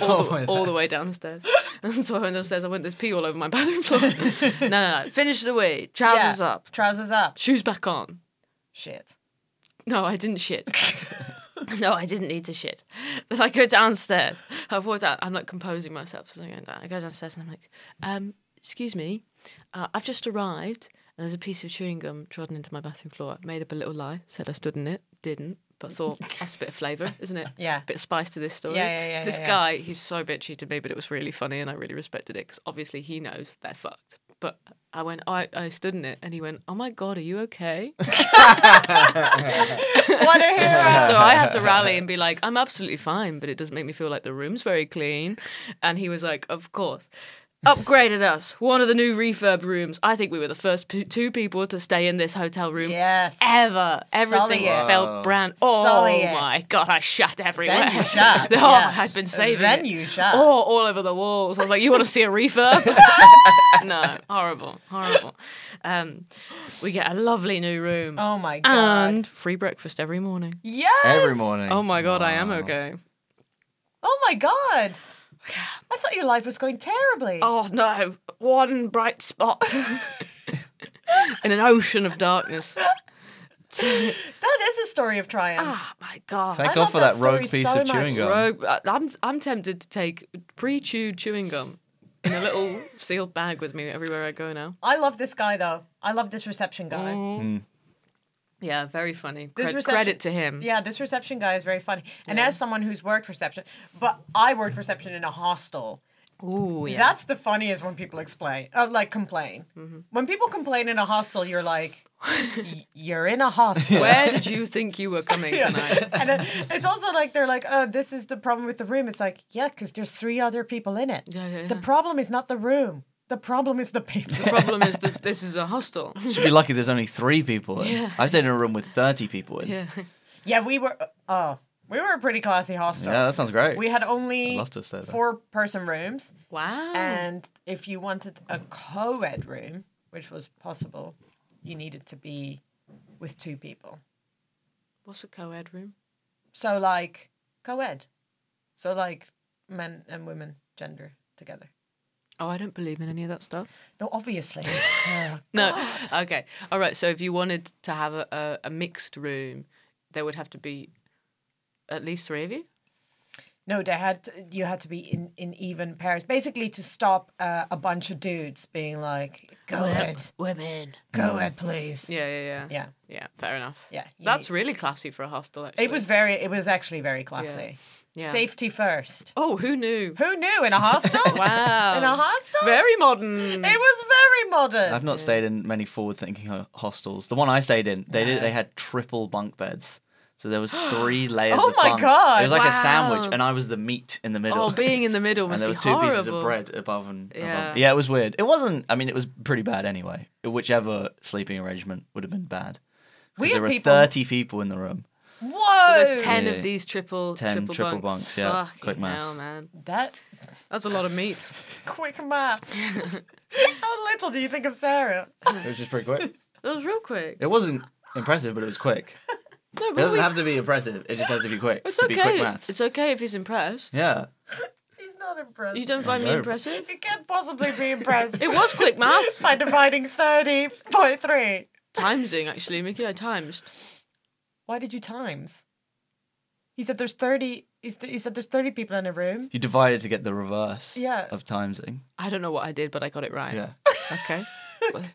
Speaker 6: Oh
Speaker 5: all, the, all the way down the stairs. And so I went upstairs, I went, there's pee all over my [LAUGHS] bathroom floor.
Speaker 6: [LAUGHS]
Speaker 5: no, no, no. Finish the way. Trousers
Speaker 6: Yeah.
Speaker 5: up.
Speaker 6: Trousers up.
Speaker 5: Shoes back on.
Speaker 6: Shit.
Speaker 5: No, I didn't shit.
Speaker 6: [LAUGHS]
Speaker 5: no, I didn't need to shit. But I go downstairs. I walk down. I'm like composing myself as I'm going down. I go downstairs and I'm like, um, excuse me, uh, I've just arrived. And there's a piece of chewing gum trodden into my bathroom floor. I made up a little lie. Said I stood in it. Didn't.
Speaker 6: [LAUGHS]
Speaker 5: But thought that's a bit of flavour, isn't it?
Speaker 6: Yeah.
Speaker 5: bit of spice to this story.
Speaker 6: Yeah, yeah, yeah,
Speaker 5: This
Speaker 6: yeah, yeah.
Speaker 5: guy, he's so bitchy to me, but it was really funny, and I really respected it because obviously he knows they're fucked. But I went, I, I stood in it, and he went, "Oh my god, are you okay?"
Speaker 6: What a hero.
Speaker 5: so I had to rally and be like, I'm absolutely fine, but it doesn't make me feel like the room's very clean. And he was like, Of course. Upgraded us. One of the new refurb rooms. I think we were the first p- two people to stay in this hotel room
Speaker 6: Yes.
Speaker 5: ever. Everything
Speaker 6: Sully it.
Speaker 5: felt brand. Oh
Speaker 6: Sully it.
Speaker 5: my god, I shat everywhere.
Speaker 6: Then
Speaker 5: [LAUGHS]
Speaker 6: you shat,
Speaker 5: oh,
Speaker 6: yeah.
Speaker 5: I'd been saving.
Speaker 6: Then
Speaker 5: it.
Speaker 6: you shat.
Speaker 5: Oh, all over the walls. I was like, you want to see
Speaker 6: [LAUGHS]
Speaker 5: a refurb? no, horrible, horrible. Um, we get a lovely new room.
Speaker 6: Oh my god.
Speaker 5: and free breakfast every morning.
Speaker 6: yes.
Speaker 7: Every morning.
Speaker 5: Oh my god, I am okay.
Speaker 6: Oh my god. I thought your life was going terribly.
Speaker 5: Oh no, one bright spot [LAUGHS] in an ocean of darkness.
Speaker 6: That is a story of triumph.
Speaker 5: [LAUGHS] Oh my god.
Speaker 7: Thank
Speaker 6: I
Speaker 7: God
Speaker 6: love
Speaker 7: for
Speaker 6: that
Speaker 7: that rogue
Speaker 6: story
Speaker 7: piece
Speaker 6: so
Speaker 7: of chewing
Speaker 6: much.
Speaker 7: gum.
Speaker 5: Rogue, I- uh, I'm I'm tempted to take pre-chewed chewing gum in a [LAUGHS] little sealed bag with me everywhere I go now.
Speaker 6: I love this guy though. I love this reception guy.
Speaker 5: Mm. Yeah, very funny.
Speaker 6: This
Speaker 5: Cred-
Speaker 6: reception-
Speaker 5: credit to him.
Speaker 6: Yeah, this reception guy is very funny. And as someone who's worked reception, but I worked reception in a hostel.
Speaker 5: Ooh, yeah.
Speaker 6: That's the funniest when people explain, uh, like complain.
Speaker 5: Mm-hmm.
Speaker 6: When people complain in a hostel, you're like,
Speaker 5: [LAUGHS]
Speaker 6: "Y- you're in a hostel.
Speaker 5: Where did you think you were [LAUGHS] coming tonight?
Speaker 6: [LAUGHS] and then it's also like they're like, oh, this is the problem with the room. It's like, yeah, because there's three other people in it.
Speaker 5: Yeah, yeah,
Speaker 6: The
Speaker 5: yeah.
Speaker 6: problem is not the room. The problem is the people.
Speaker 5: The problem is this, this is a [LAUGHS] hostel.
Speaker 7: Should be lucky there's only three people in.
Speaker 5: Yeah.
Speaker 7: I stayed in a room with 30 people in.
Speaker 5: Yeah.
Speaker 6: [LAUGHS] yeah, we were. Oh, we were a pretty classy hostel.
Speaker 7: Yeah, that sounds great.
Speaker 6: we had only
Speaker 7: I'd love to stay there.
Speaker 6: four-person rooms.
Speaker 5: Wow.
Speaker 6: And if you wanted a co ed room, which was possible, you needed to be with two people.
Speaker 5: What's a co-ed room?
Speaker 6: So, like, co ed. So, like, men and women, gender together.
Speaker 5: Oh, I don't believe in any of that stuff.
Speaker 6: No,
Speaker 5: [LAUGHS]
Speaker 6: obviously. Uh,
Speaker 5: No. Okay. All right. So if you wanted to have a, a, a mixed room, there would have to be at least three of you.
Speaker 6: no, they had you had to be in, in even pairs, basically to stop uh, a bunch of dudes being like, "Go ed,
Speaker 5: Women.
Speaker 6: go ed, please."
Speaker 5: Yeah, yeah, yeah.
Speaker 6: Yeah.
Speaker 5: Yeah, fair enough.
Speaker 6: Yeah, you
Speaker 5: That's
Speaker 6: need-
Speaker 5: really classy for a hostel, actually.
Speaker 6: It was very. It was actually very classy.
Speaker 5: Yeah.
Speaker 6: Safety first.
Speaker 5: Oh, who knew?
Speaker 6: Who knew
Speaker 5: [LAUGHS]
Speaker 6: in a hostel?
Speaker 5: Wow.
Speaker 6: In a hostel?
Speaker 5: Very modern.
Speaker 6: It was very modern.
Speaker 7: I've not stayed in many forward-thinking ho- hostels. The one I stayed in, they did, they had triple bunk beds, so there was
Speaker 5: [GASPS]
Speaker 7: three layers.
Speaker 6: Oh
Speaker 7: of
Speaker 6: my
Speaker 7: bunk.
Speaker 6: God.
Speaker 7: It was like a
Speaker 5: Wow.
Speaker 7: sandwich, and I was the meat in the middle.
Speaker 5: Oh, being in the middle must
Speaker 7: [LAUGHS] and there
Speaker 5: be
Speaker 7: was two
Speaker 5: horrible.
Speaker 7: pieces of bread above and yeah.
Speaker 5: Yeah.
Speaker 7: above. Yeah, it was weird. It wasn't. I mean, it was pretty bad anyway. Whichever sleeping arrangement would have been bad. 'Cause
Speaker 6: We had
Speaker 7: there were
Speaker 6: people-
Speaker 7: thirty people in the room.
Speaker 6: Whoa!
Speaker 5: So there's ten
Speaker 7: Yeah.
Speaker 5: of these triple
Speaker 7: 10
Speaker 5: triple,
Speaker 7: triple
Speaker 5: bunks.
Speaker 7: bunks, yeah.
Speaker 5: Fucking
Speaker 7: Quick maths.
Speaker 5: hell, man.
Speaker 6: that
Speaker 5: That's a lot of meat.
Speaker 6: quick
Speaker 5: [LAUGHS]
Speaker 6: math. How little do you think of Sarah?
Speaker 7: It was just pretty quick.
Speaker 5: That was real quick.
Speaker 7: It wasn't impressive, but it
Speaker 6: [LAUGHS]
Speaker 7: was quick.
Speaker 5: No,
Speaker 7: It
Speaker 5: but
Speaker 7: doesn't
Speaker 5: we-
Speaker 7: have to be impressive. It just has to be quick.
Speaker 5: it's
Speaker 7: to
Speaker 5: okay.
Speaker 7: be quick maths.
Speaker 5: It's okay if he's impressed.
Speaker 7: yeah.
Speaker 6: He's not impressed.
Speaker 5: You don't find me
Speaker 7: No.
Speaker 5: impressive?
Speaker 6: You can't possibly be impressed [LAUGHS]
Speaker 5: It was
Speaker 7: [LAUGHS]
Speaker 5: quick maths.
Speaker 6: by dividing thirty by three.
Speaker 5: Timesing, actually, Mickey. I timesed.
Speaker 6: Why did you times? He said there's thirty. He said he said there's thirty people in a room.
Speaker 7: You divided to get the reverse
Speaker 6: Yeah.
Speaker 7: of timesing.
Speaker 5: I don't know what I did, but I got it right.
Speaker 7: Yeah.
Speaker 6: [LAUGHS]
Speaker 5: [LAUGHS] Okay.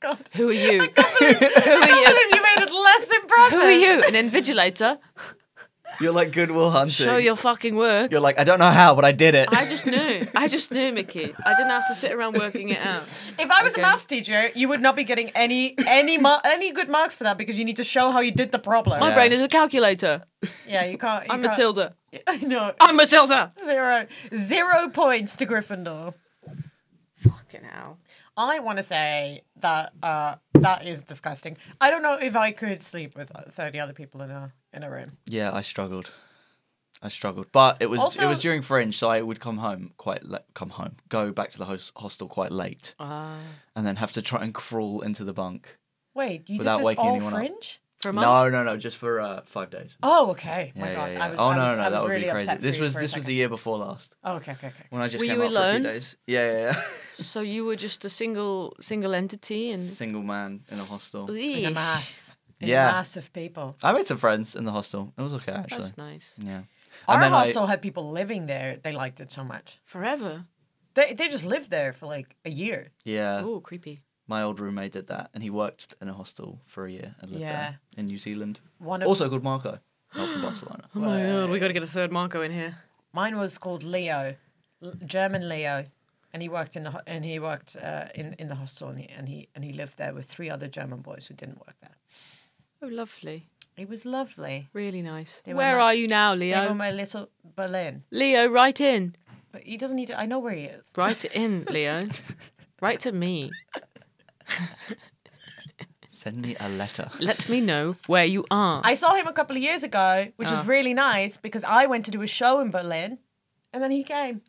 Speaker 6: God.
Speaker 5: Who are you? Who are
Speaker 6: I
Speaker 5: you?
Speaker 6: believe you made it less impressive.
Speaker 5: Who are you? An invigilator?
Speaker 7: You're like Goodwill Hunting.
Speaker 5: Show your fucking work.
Speaker 7: You're like, I don't know how, but I did it.
Speaker 5: I just knew. I just knew, Mickey. I didn't have to sit around working it out.
Speaker 6: If I was a maths teacher, you would not be getting any any mar- any good marks for that because you need to show how you did the problem.
Speaker 5: My brain is a calculator.
Speaker 6: Yeah, you can't. You
Speaker 5: I'm
Speaker 6: can't-
Speaker 5: Matilda.
Speaker 6: [LAUGHS] no,
Speaker 5: I'm Matilda.
Speaker 6: zero zero points to Gryffindor.
Speaker 5: Fucking hell.
Speaker 6: I want to say that uh, that is disgusting. I don't know if I could sleep with thirty other people in a in a room.
Speaker 7: yeah, I struggled. I struggled, but it was it
Speaker 6: Also-
Speaker 7: was during Fringe, so I would come home quite late. Come home, go back to the host- hostel quite late,
Speaker 6: Ah.
Speaker 7: and then have to try and crawl into the bunk.
Speaker 6: Wait, you
Speaker 7: Without
Speaker 6: did this
Speaker 7: waking
Speaker 6: all
Speaker 7: anyone up.
Speaker 6: fringe?
Speaker 5: For a
Speaker 7: No, no, no, just for uh, five days.
Speaker 6: Oh, okay. My
Speaker 7: Yeah,
Speaker 6: God,
Speaker 7: yeah, yeah.
Speaker 6: I was.
Speaker 7: oh
Speaker 6: I
Speaker 7: no,
Speaker 6: was,
Speaker 7: no, no,
Speaker 6: I was
Speaker 7: that would
Speaker 6: really
Speaker 7: be crazy.
Speaker 6: upset for
Speaker 7: This
Speaker 6: you
Speaker 7: was
Speaker 6: for a
Speaker 7: this was
Speaker 6: second.
Speaker 7: the year before last
Speaker 6: Oh, okay, okay, okay.
Speaker 7: when I just
Speaker 5: Were
Speaker 7: came
Speaker 5: you
Speaker 7: out for a
Speaker 5: alone?
Speaker 7: few days. Yeah, yeah,
Speaker 6: [LAUGHS]
Speaker 7: yeah.
Speaker 5: So you were just a single single entity and.
Speaker 7: Single man in a hostel.
Speaker 6: In a
Speaker 5: Eesh.
Speaker 6: mass, in
Speaker 7: Yeah.
Speaker 6: a mass of people.
Speaker 7: I made some friends in the hostel. It was okay actually.
Speaker 5: That's nice.
Speaker 7: Yeah.
Speaker 6: Our
Speaker 7: and then
Speaker 6: hostel
Speaker 7: I,
Speaker 6: had people living there. They liked it so much.
Speaker 5: Forever.
Speaker 6: They they just lived there for like a year.
Speaker 7: yeah.
Speaker 5: Oh, creepy.
Speaker 7: My old roommate did that, and he worked in a hostel for a year and lived
Speaker 6: Yeah.
Speaker 7: there in New Zealand.
Speaker 6: One of
Speaker 7: Also called Marco, not
Speaker 6: [GASPS]
Speaker 7: from Barcelona.
Speaker 5: Oh my god, we got to get a third Marco in here.
Speaker 6: Mine was called Leo, L- German Leo, and he worked in the ho- and he worked uh, in in the hostel and he, and he and he lived there with three other German boys who didn't work there.
Speaker 5: Oh, lovely.
Speaker 6: It was lovely.
Speaker 5: Really nice.
Speaker 6: were
Speaker 5: Where
Speaker 6: my-
Speaker 5: are you now,
Speaker 6: They were
Speaker 5: Leo?
Speaker 6: my little Berlin,
Speaker 5: Leo, right in.
Speaker 6: but he doesn't need. To, I know where he is.
Speaker 5: Write it in, Leo. Write to me.
Speaker 7: Send me a
Speaker 6: [LAUGHS]
Speaker 7: letter.
Speaker 5: Let me know where you are.
Speaker 6: I saw him a couple of years ago, which
Speaker 5: Ah.
Speaker 6: was really nice because I went to do a show in Berlin, and then he came.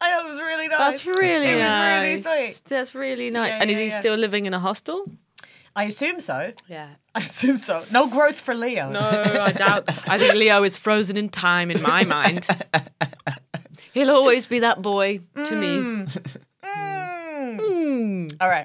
Speaker 6: I know it was really nice.
Speaker 5: That's really
Speaker 6: it
Speaker 5: nice.
Speaker 6: was really sweet.
Speaker 5: That's really nice.
Speaker 6: Yeah,
Speaker 5: and is
Speaker 6: yeah,
Speaker 5: he
Speaker 6: yeah.
Speaker 5: still living in a hostel?
Speaker 6: I assume so. [LAUGHS]
Speaker 5: Yeah.
Speaker 6: I assume so. No growth for Leo.
Speaker 5: Oh, No, I doubt. I think Leo is frozen in time in my mind. He'll always be that boy to
Speaker 6: Mm.
Speaker 5: me.
Speaker 6: All right.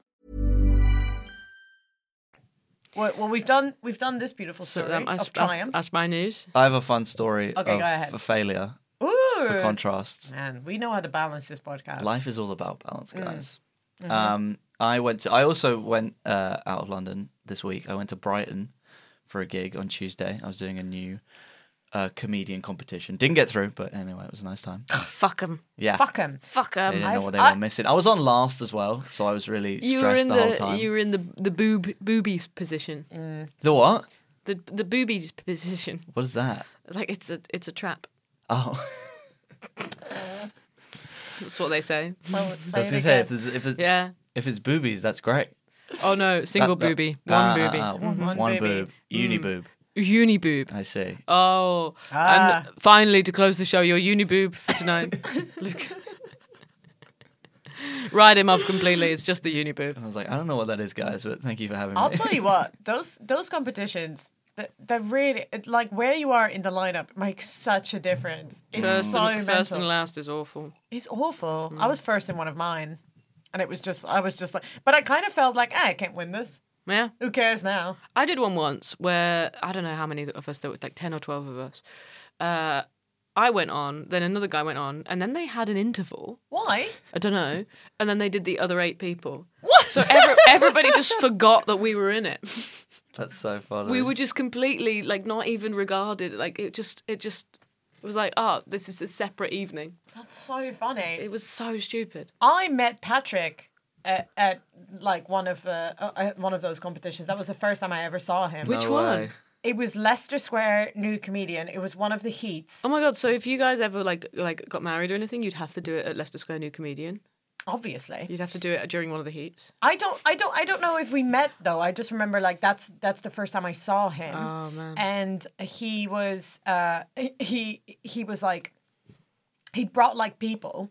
Speaker 6: Well, well, we've done we've done this beautiful
Speaker 5: So
Speaker 6: story
Speaker 5: that- that's,
Speaker 6: of
Speaker 5: that's-
Speaker 6: triumph.
Speaker 5: that's my news.
Speaker 7: I have a fun story
Speaker 6: Okay,
Speaker 7: of
Speaker 6: go ahead.
Speaker 7: a failure for
Speaker 6: Ooh,
Speaker 7: contrast.
Speaker 6: man, we know how to balance this podcast.
Speaker 7: Life is all about balance,
Speaker 5: Mm.
Speaker 7: guys.
Speaker 5: Mm-hmm.
Speaker 7: Um, I went to. I also went uh, out of London this week. I went to Brighton for a gig on Tuesday. I was doing a new uh, comedian competition. Didn't get through, but anyway, it was a nice time.
Speaker 5: Fuck him.
Speaker 7: Yeah,
Speaker 6: Fuck him.
Speaker 5: Fuck
Speaker 7: they
Speaker 5: him.
Speaker 7: didn't know
Speaker 6: I've-
Speaker 7: what they
Speaker 6: I-
Speaker 7: were missing. I was on last as well, so I was really
Speaker 5: You were
Speaker 7: stressed
Speaker 5: in
Speaker 7: the, whole
Speaker 5: the,
Speaker 7: time.
Speaker 5: you were in the the boob boobies position.
Speaker 7: The what?
Speaker 5: The the boobies position. [LAUGHS]
Speaker 7: What is that?
Speaker 5: Like it's a it's a trap.
Speaker 7: Oh, [LAUGHS]
Speaker 5: That's what they say.
Speaker 6: So,
Speaker 7: [LAUGHS] I was
Speaker 6: it
Speaker 7: gonna say
Speaker 6: again.
Speaker 7: if it's, if it's
Speaker 5: Yeah.
Speaker 7: if it's boobies, that's great.
Speaker 5: Oh no, single
Speaker 7: That- that-
Speaker 5: boobie,
Speaker 7: ah,
Speaker 5: one Mm. boobie,
Speaker 7: ah, ah, one,
Speaker 6: One
Speaker 7: one
Speaker 6: boobie.
Speaker 7: boob, uni boob.
Speaker 5: uni boob.
Speaker 7: I see.
Speaker 5: Oh,
Speaker 6: Ah.
Speaker 5: and finally to close the show, your uni boob for
Speaker 6: [LAUGHS]
Speaker 5: tonight. Look, ride him off completely. It's just the uni boob.
Speaker 7: I was like, I don't know what that is, guys, but thank you for having
Speaker 6: I'll
Speaker 7: me. [LAUGHS]
Speaker 6: tell you what, those those competitions, th- they're really it- like where you are in the lineup makes such a difference. It's
Speaker 5: First,
Speaker 6: so
Speaker 5: and, first
Speaker 6: mental.
Speaker 5: and Mm. last is awful.
Speaker 6: It's awful. I was first in one of mine, and it was just I was just like, but I kind of felt like ah, I can't win this.
Speaker 5: Yeah.
Speaker 6: Who cares now?
Speaker 5: I did one once where I don't know how many of us there were, like ten or twelve of us. Uh, I went on, then another guy went on, and then they had an interval.
Speaker 6: Why?
Speaker 5: I don't know, and then they did the other eight people.
Speaker 6: What?
Speaker 5: So every, everybody just forgot that we were in it. [LAUGHS]
Speaker 7: That's so funny.
Speaker 5: We were just completely like not even regarded. Like it just, it just it was like, oh, this is a separate evening.
Speaker 6: [LAUGHS] That's so funny.
Speaker 5: It was so stupid.
Speaker 6: I met Patrick at, at like one of uh, uh, uh, one of those competitions. That was the first time I ever saw him.
Speaker 5: Which one?
Speaker 7: way.
Speaker 6: It was Leicester Square New Comedian. It was one of the heats.
Speaker 5: Oh my god! So if you guys ever like like got married or anything, you'd have to do it at Leicester Square New Comedian.
Speaker 6: Obviously.
Speaker 5: You'd have to do it during one of the heats.
Speaker 6: I don't I don't I don't know if we met though. I just remember like that's that's the first time I saw him. Oh man. And he was uh [LAUGHS] he he was like he brought like people,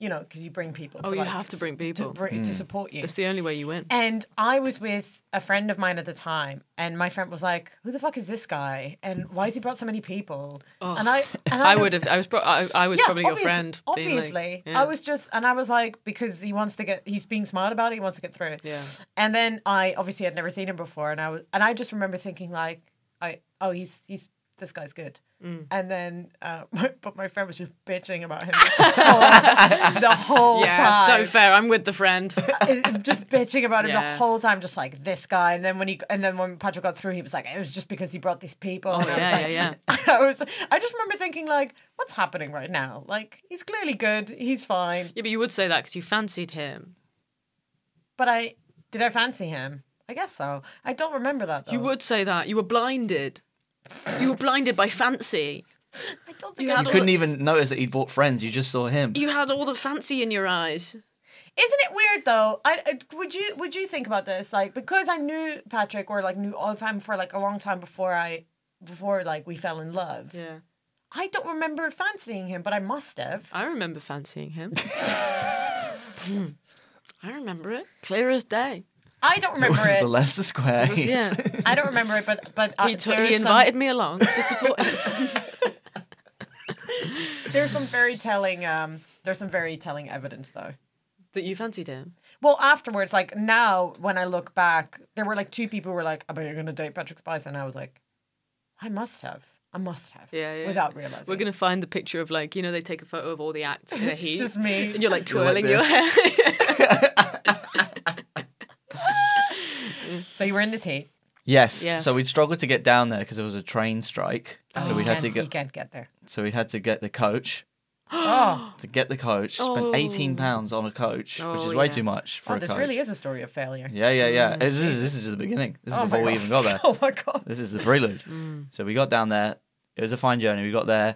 Speaker 6: you know, because you bring people.
Speaker 5: Oh,
Speaker 6: to,
Speaker 5: you
Speaker 6: like,
Speaker 5: have to bring
Speaker 6: s- to,
Speaker 5: people.
Speaker 6: bring, to support you.
Speaker 5: That's the only way you win.
Speaker 6: And I was with a friend of mine at the time, and my friend was like, "Who the fuck is this guy? And why has he brought so many people?" and I
Speaker 5: [LAUGHS]
Speaker 6: and
Speaker 5: I
Speaker 6: was-
Speaker 5: would have. I was. Pro- I, I was probably your
Speaker 6: obvious-
Speaker 5: friend. being like-
Speaker 6: Obviously,
Speaker 5: yeah.
Speaker 6: I was just, and I was like, because he wants to get, he's being smart about it. He wants to get through.
Speaker 5: Yeah.
Speaker 6: And then I obviously had never seen him before, and I was, and I just remember thinking like, I oh he's he's this guy's good.
Speaker 5: Mm.
Speaker 6: And then, uh, [LAUGHS] my, but my friend was just bitching about
Speaker 5: [LAUGHS]
Speaker 6: him the whole, the whole
Speaker 5: Yeah,
Speaker 6: time.
Speaker 5: so fair. I'm with the friend.
Speaker 6: [LAUGHS] It- just bitching about him
Speaker 5: Yeah.
Speaker 6: the whole time, just like this guy. And then when he and then when Patrick got through, he was like, it was just because he brought these people.
Speaker 5: Oh,
Speaker 6: and I was
Speaker 5: yeah,
Speaker 6: like,
Speaker 5: yeah, yeah.
Speaker 6: [LAUGHS] I was I just remember thinking like, what's happening right now? Like he's clearly good, he's fine.
Speaker 5: Yeah, but you would say that because you fancied him.
Speaker 6: But I did I fancy him? I guess so. I don't remember that though.
Speaker 5: You would say that. You were blinded. You were blinded by fancy.
Speaker 6: I don't think
Speaker 5: You
Speaker 6: I
Speaker 5: had
Speaker 7: You
Speaker 5: all
Speaker 7: couldn't
Speaker 5: the,
Speaker 7: even notice that he'd bought friends. You just saw him. [LAUGHS]
Speaker 5: you had all the fancy in your eyes. e-
Speaker 6: Isn't it weird though? I, I- would you would you think about this like because I knew Patrick or like knew of him for like a long time before I before like we fell in love.
Speaker 5: Yeah,
Speaker 6: I don't remember fancying him, but I must have.
Speaker 5: I remember fancying him. Hmm. I remember it clear as day.
Speaker 6: I don't remember it.
Speaker 7: the Leicester Square.
Speaker 5: It was-
Speaker 7: [LAUGHS]
Speaker 5: yeah.
Speaker 6: I don't remember it, but but uh,
Speaker 5: he took,
Speaker 6: there
Speaker 5: he
Speaker 6: is
Speaker 5: invited
Speaker 6: some,
Speaker 5: me along to support him.
Speaker 6: There's some very telling. Um, there's some very telling evidence though.
Speaker 5: that you fancied him.
Speaker 6: Well, afterwards, like now, when I look back, there were like two people who were like, "I bet you're gonna date Patrick Spice," and I was like, "I must have. I must have."
Speaker 5: Yeah, yeah.
Speaker 6: Without realizing,
Speaker 5: We're gonna find the picture of like you know they take a photo of all the acts in a heat.
Speaker 6: just me.
Speaker 5: [LAUGHS] And you're like
Speaker 7: [LAUGHS] You're like
Speaker 5: twirling your hair.
Speaker 6: So you were in this heat.
Speaker 7: Yes.
Speaker 5: Yes. Oh,
Speaker 7: So we'd struggled to get down there because there was a train strike. [GASPS] so we
Speaker 6: you
Speaker 7: had
Speaker 6: Oh, can't,
Speaker 7: to
Speaker 6: You
Speaker 7: get.
Speaker 6: can't get
Speaker 7: [GASPS]
Speaker 6: there.
Speaker 7: So we had to get the coach.
Speaker 6: oh,
Speaker 7: To get the coach, spent eighteen pounds on a coach, which
Speaker 5: Oh,
Speaker 7: is way
Speaker 5: yeah.
Speaker 7: too much for
Speaker 6: oh,
Speaker 7: a
Speaker 6: this
Speaker 7: coach.
Speaker 6: really is a story of failure.
Speaker 7: Yeah, yeah, yeah.
Speaker 5: Mm.
Speaker 7: This, is, this is just the beginning. This is
Speaker 6: Oh my
Speaker 7: before we
Speaker 6: God.
Speaker 7: even
Speaker 5: [LAUGHS]
Speaker 7: got there.
Speaker 6: [LAUGHS] Oh my god.
Speaker 7: This is the prelude.
Speaker 5: Mm.
Speaker 7: So we got down there. It was a fine journey. We got there,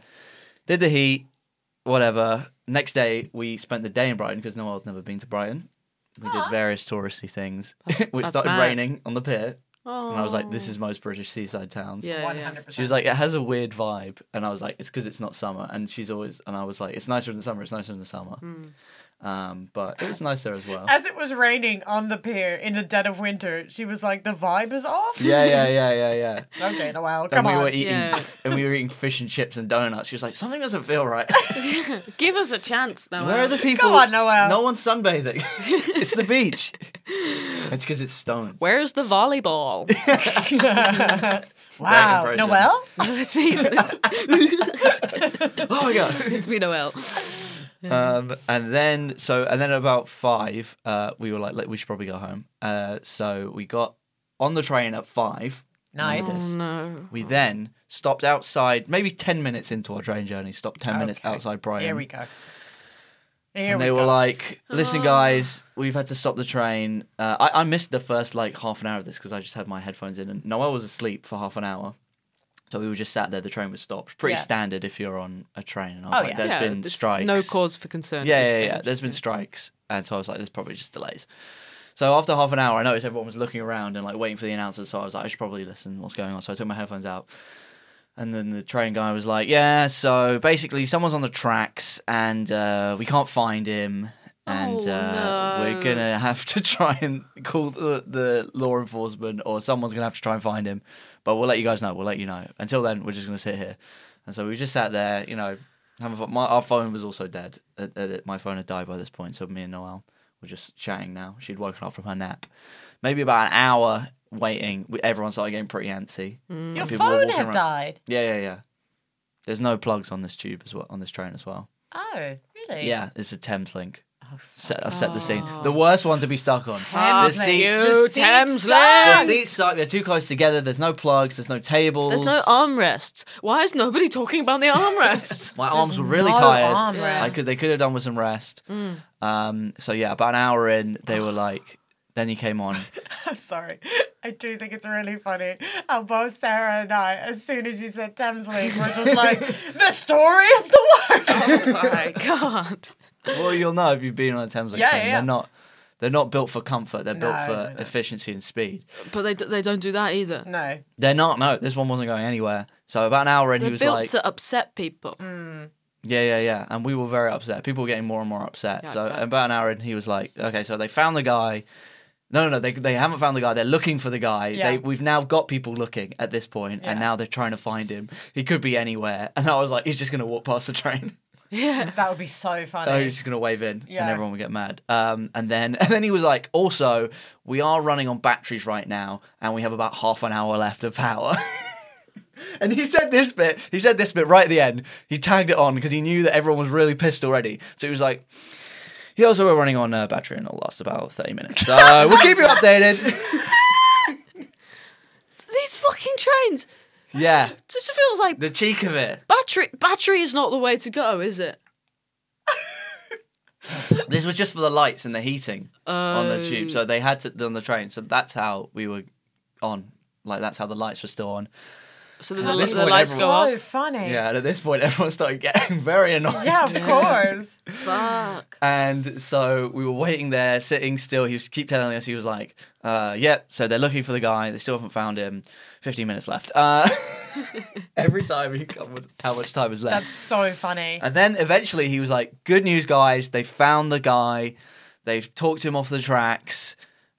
Speaker 7: did the heat, whatever. Next day, we spent the day in Brighton because Noel had never been to Brighton. We
Speaker 5: [GASPS]
Speaker 7: did various touristy things. Which
Speaker 5: [LAUGHS] that's
Speaker 7: started
Speaker 5: mad.
Speaker 7: raining on the pier. And I was like, this is most British seaside towns.
Speaker 5: Yeah,
Speaker 6: One
Speaker 5: yeah.
Speaker 6: hundred
Speaker 7: She was
Speaker 6: percent.
Speaker 7: like, it has a weird vibe. And I was like, it's because it's not summer. And she's always, and I was like, it's nicer in the summer. It's nicer in the summer.
Speaker 5: Mm.
Speaker 7: Um, but it was nice there
Speaker 5: [LAUGHS]
Speaker 7: as well.
Speaker 6: As it was raining on the pier in the dead of winter, she was like, "The vibe is off."
Speaker 7: yeah, yeah, yeah, yeah, yeah.
Speaker 6: Okay, Noel,
Speaker 7: And
Speaker 6: come
Speaker 7: we
Speaker 6: on.
Speaker 7: were eating,
Speaker 5: Yeah.
Speaker 7: [LAUGHS] and we were eating fish and chips and donuts. She was like, "Something doesn't
Speaker 6: [LAUGHS]
Speaker 7: feel right.
Speaker 5: Give us a chance now.
Speaker 7: Where are the [LAUGHS] people?
Speaker 6: on, Noel.
Speaker 7: No one's
Speaker 6: [LAUGHS]
Speaker 7: sunbathing. [LAUGHS] it's the beach. It's because it's stones.
Speaker 5: Where's the [LAUGHS] volleyball?
Speaker 6: wow,
Speaker 7: impression.
Speaker 6: Noel.
Speaker 5: oh, it's me. It's,
Speaker 7: [GASPS] Oh my
Speaker 6: [LAUGHS]
Speaker 7: god.
Speaker 5: it's me, Noel.
Speaker 7: [LAUGHS] um, and then so, and then about five, uh, we were like, "Look, "We should probably go home." Uh, so we got on the train at five.
Speaker 6: Nice. Oh,
Speaker 7: This.
Speaker 5: No.
Speaker 7: We then stopped outside, maybe ten minutes into our train journey. Stopped ten minutes
Speaker 6: Okay.
Speaker 7: outside Brighton.
Speaker 6: Here we go. Here
Speaker 7: and
Speaker 6: we
Speaker 7: they
Speaker 6: go. Oh.
Speaker 7: were like, "Listen, guys, we've had to stop the train." Uh, I, I missed the first like half an hour of this because I just had my headphones in, and Noel was asleep for half an hour, so we were just sat there. The train was stopped. Pretty
Speaker 6: Yeah.
Speaker 7: standard if you're on a train. And I was
Speaker 6: Oh,
Speaker 7: like,
Speaker 6: yeah.
Speaker 7: "There's
Speaker 5: Yeah,
Speaker 7: been
Speaker 5: there's
Speaker 7: strikes."
Speaker 5: No cause for concern.
Speaker 7: Yeah,
Speaker 5: at this
Speaker 7: yeah, yeah.
Speaker 5: stage.
Speaker 7: There's been strikes, and so I was like, "There's probably just delays." So after half an hour, I noticed everyone was looking around and like waiting for the announcers. So I was like, "I should probably listen what's going on." So I took my headphones out. And then the train guy was like, "Yeah, so basically, someone's on the tracks, and uh, we can't find him, and
Speaker 5: Oh,
Speaker 7: uh,
Speaker 5: no.
Speaker 7: we're gonna have to try and call the, the law enforcement, or someone's gonna have to try and find him. But we'll let you guys know. We'll let you know. Until then, we're just gonna sit here." And so we just sat there, you know. Having fun. My, our phone was also dead. Uh, uh, my phone had died by this point, so me and Noel were just chatting. Now she'd woken up from her nap. Maybe about an hour waiting. we- Everyone started getting pretty antsy.
Speaker 5: Mm.
Speaker 6: Your
Speaker 7: People were
Speaker 6: phone
Speaker 7: walking
Speaker 6: had
Speaker 7: around.
Speaker 6: died.
Speaker 7: Yeah, yeah, yeah. There's no plugs on this tube as well, on this train as well.
Speaker 6: Oh, really?
Speaker 7: Yeah, it's a Thames link. Set, I set the scene. The worst one to be stuck on.
Speaker 5: Ah,
Speaker 7: the seats,
Speaker 5: you
Speaker 7: the seats,
Speaker 5: Thames
Speaker 7: the
Speaker 5: Land.
Speaker 7: seats suck. They're too close together. There's no plugs. There's no tables.
Speaker 5: There's no armrests. Why is nobody talking about the armrests?
Speaker 7: My arms were really
Speaker 6: no
Speaker 7: tired.
Speaker 6: armrests.
Speaker 7: I could. They could have done with some rest. Um. So yeah, about an hour in, they were like. Then he came on.
Speaker 6: I'm [LAUGHS] sorry. I do think it's really funny how both Sarah and I, as soon as you said Thames League, were just
Speaker 7: [LAUGHS]
Speaker 6: like, the story is the worst. [LAUGHS]
Speaker 5: My God.
Speaker 7: well, you'll know if you've been on a Thames Link
Speaker 6: Yeah,
Speaker 7: train.
Speaker 6: yeah, yeah.
Speaker 7: They're not. They're not built for comfort. They're built
Speaker 6: No,
Speaker 7: for
Speaker 6: no, no.
Speaker 7: efficiency and speed.
Speaker 5: But they d- they don't do that either.
Speaker 6: no.
Speaker 7: They're not. No, this one wasn't going anywhere. So about an hour in, he
Speaker 5: They're
Speaker 7: was
Speaker 5: built
Speaker 7: like,
Speaker 5: to upset people.
Speaker 6: Mm.
Speaker 7: "Yeah, yeah, yeah," and we were very upset. People were getting more and more upset.
Speaker 5: Yeah, I
Speaker 7: so
Speaker 5: bet.
Speaker 7: about an hour in, he was like, "Okay, so they found the guy." No, no, no, they, they haven't found the guy. They're looking for the guy.
Speaker 6: Yeah.
Speaker 7: They, we've now got people looking at this point, and now they're trying to find him. He could be anywhere. And I was like, he's just going to walk past the train.
Speaker 6: That would be so funny.
Speaker 7: Oh, he's just gonna wave in,
Speaker 6: Yeah.
Speaker 7: and everyone would get mad. Um, and then [LAUGHS] and then he was like, also, we are running on batteries right now, and we have about half an hour left of power. [LAUGHS] and he said this bit. He said this bit right at the end. He tagged it on because he knew that everyone was really pissed already. So he was like. He also were running on uh, battery and it'll last about 30 minutes. So we'll keep you updated. [LAUGHS]
Speaker 5: These fucking trains.
Speaker 7: yeah.
Speaker 5: Just feels like
Speaker 7: The cheek of it.
Speaker 5: battery. Battery is not the way to go, is it?
Speaker 7: This was just for the lights and the heating on the tube, so they had to on the train. So that's how we were on. Like that's how the lights were still on.
Speaker 5: So then
Speaker 7: At
Speaker 5: the,
Speaker 7: this
Speaker 5: the
Speaker 7: point,
Speaker 5: lights go
Speaker 6: so
Speaker 5: off.
Speaker 6: funny.
Speaker 7: Yeah, and at this point, [LAUGHS] everyone started getting very annoyed.
Speaker 6: Yeah, of
Speaker 7: [LAUGHS]
Speaker 6: course. [LAUGHS]
Speaker 5: "Oh, Fuck.
Speaker 7: And so we were waiting there, sitting still. He was keep telling us he was like, uh, "Yep." So they're looking for the guy. They still haven't found him. Fifteen minutes left. Uh, [LAUGHS] every time he come with how much time is left.
Speaker 6: That's so funny.
Speaker 7: And then eventually he was like, "Good news, guys! They found the guy. They've talked him off the tracks.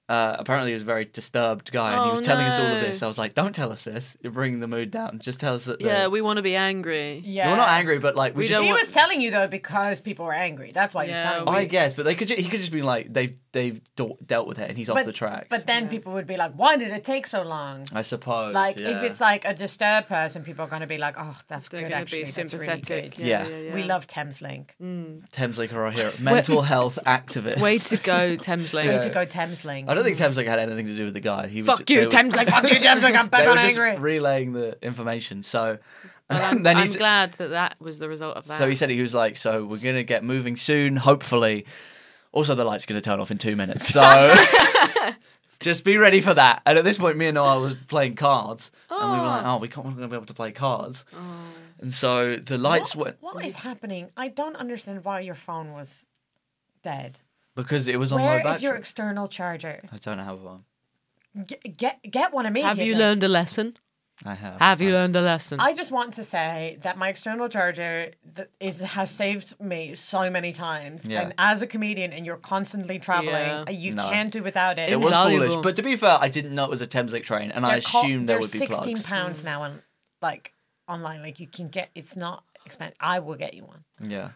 Speaker 7: Uh, apparently, he was a very disturbed guy, and he
Speaker 5: Oh,
Speaker 7: was telling us all
Speaker 5: no.
Speaker 7: of this. I was like, "Don't tell us this. You're bringing the mood down. Just tell us that." the-
Speaker 5: Yeah, we want to be angry.
Speaker 7: No, we're not angry, but like we,
Speaker 6: she
Speaker 7: just.
Speaker 6: was telling you though because people were angry. That's why he was telling you.
Speaker 7: I guess, but they could. Ju- he could just be like, "They've they've do- dealt with it, and he's off
Speaker 6: but,
Speaker 7: the tracks."
Speaker 6: But then people would be like, "Why did it take so long?"
Speaker 7: I suppose.
Speaker 6: Like
Speaker 7: yeah.
Speaker 6: if it's like a disturbed person, people are going to be like, "Oh, that's
Speaker 5: They're
Speaker 6: good.
Speaker 5: gonna
Speaker 6: Actually,
Speaker 5: be
Speaker 6: that's really
Speaker 5: sympathetic.
Speaker 6: good."
Speaker 7: Yeah, Yeah. yeah,
Speaker 6: we
Speaker 5: yeah. Mm.
Speaker 6: love Thames Link.
Speaker 7: Thameslink are our hero, mental health activist.
Speaker 5: Way
Speaker 6: [LAUGHS]
Speaker 5: to go, Thameslink.
Speaker 6: Way to go, Thameslink.
Speaker 7: [LAUGHS] I don't think Thameslink had anything to do with the guy. He was
Speaker 5: Fuck you,
Speaker 7: they were- [LAUGHS]
Speaker 5: Thameslink.
Speaker 6: Fuck you, Thames Link. I'm back
Speaker 7: they
Speaker 6: on
Speaker 7: were just
Speaker 6: angry.
Speaker 7: relaying the information. [LAUGHS] So
Speaker 5: I'm,
Speaker 7: then he
Speaker 5: I'm
Speaker 7: s-
Speaker 5: glad that that was the result of that.
Speaker 7: so he said he was like, "So we're gonna get moving soon, hopefully." Also, the light's gonna turn off in two
Speaker 6: [LAUGHS]
Speaker 7: minutes, so just be ready for that. And at this point, me and Noah was playing cards, and we were like, "Oh, we can't, we're not gonna be able to play cards." And so the lights went
Speaker 6: Oh. What is happening? I don't understand why your phone was dead.
Speaker 7: because it was on low
Speaker 6: Where
Speaker 7: battery.
Speaker 6: is your external charger?
Speaker 7: I don't have one.
Speaker 6: G- Get get one
Speaker 5: Have
Speaker 6: immediately.
Speaker 5: you learned a lesson?
Speaker 7: I have.
Speaker 5: Have you uh, learned a lesson?
Speaker 6: I just want to say that my external charger th- is has saved me so many times.
Speaker 7: Yeah.
Speaker 6: And as a comedian, and you're constantly traveling,
Speaker 5: Yeah.
Speaker 6: you
Speaker 7: No.
Speaker 6: can't do without it.
Speaker 7: It was
Speaker 5: Invaluable.
Speaker 7: foolish, but to be fair, I didn't know it was a Thameslink train, and
Speaker 6: They're
Speaker 7: I
Speaker 6: co-
Speaker 7: assumed there
Speaker 6: they're
Speaker 7: would be
Speaker 6: 16
Speaker 7: plugs.
Speaker 6: pounds now on like online. Like you can get. It's not expensive. I will get you one.
Speaker 7: Yeah.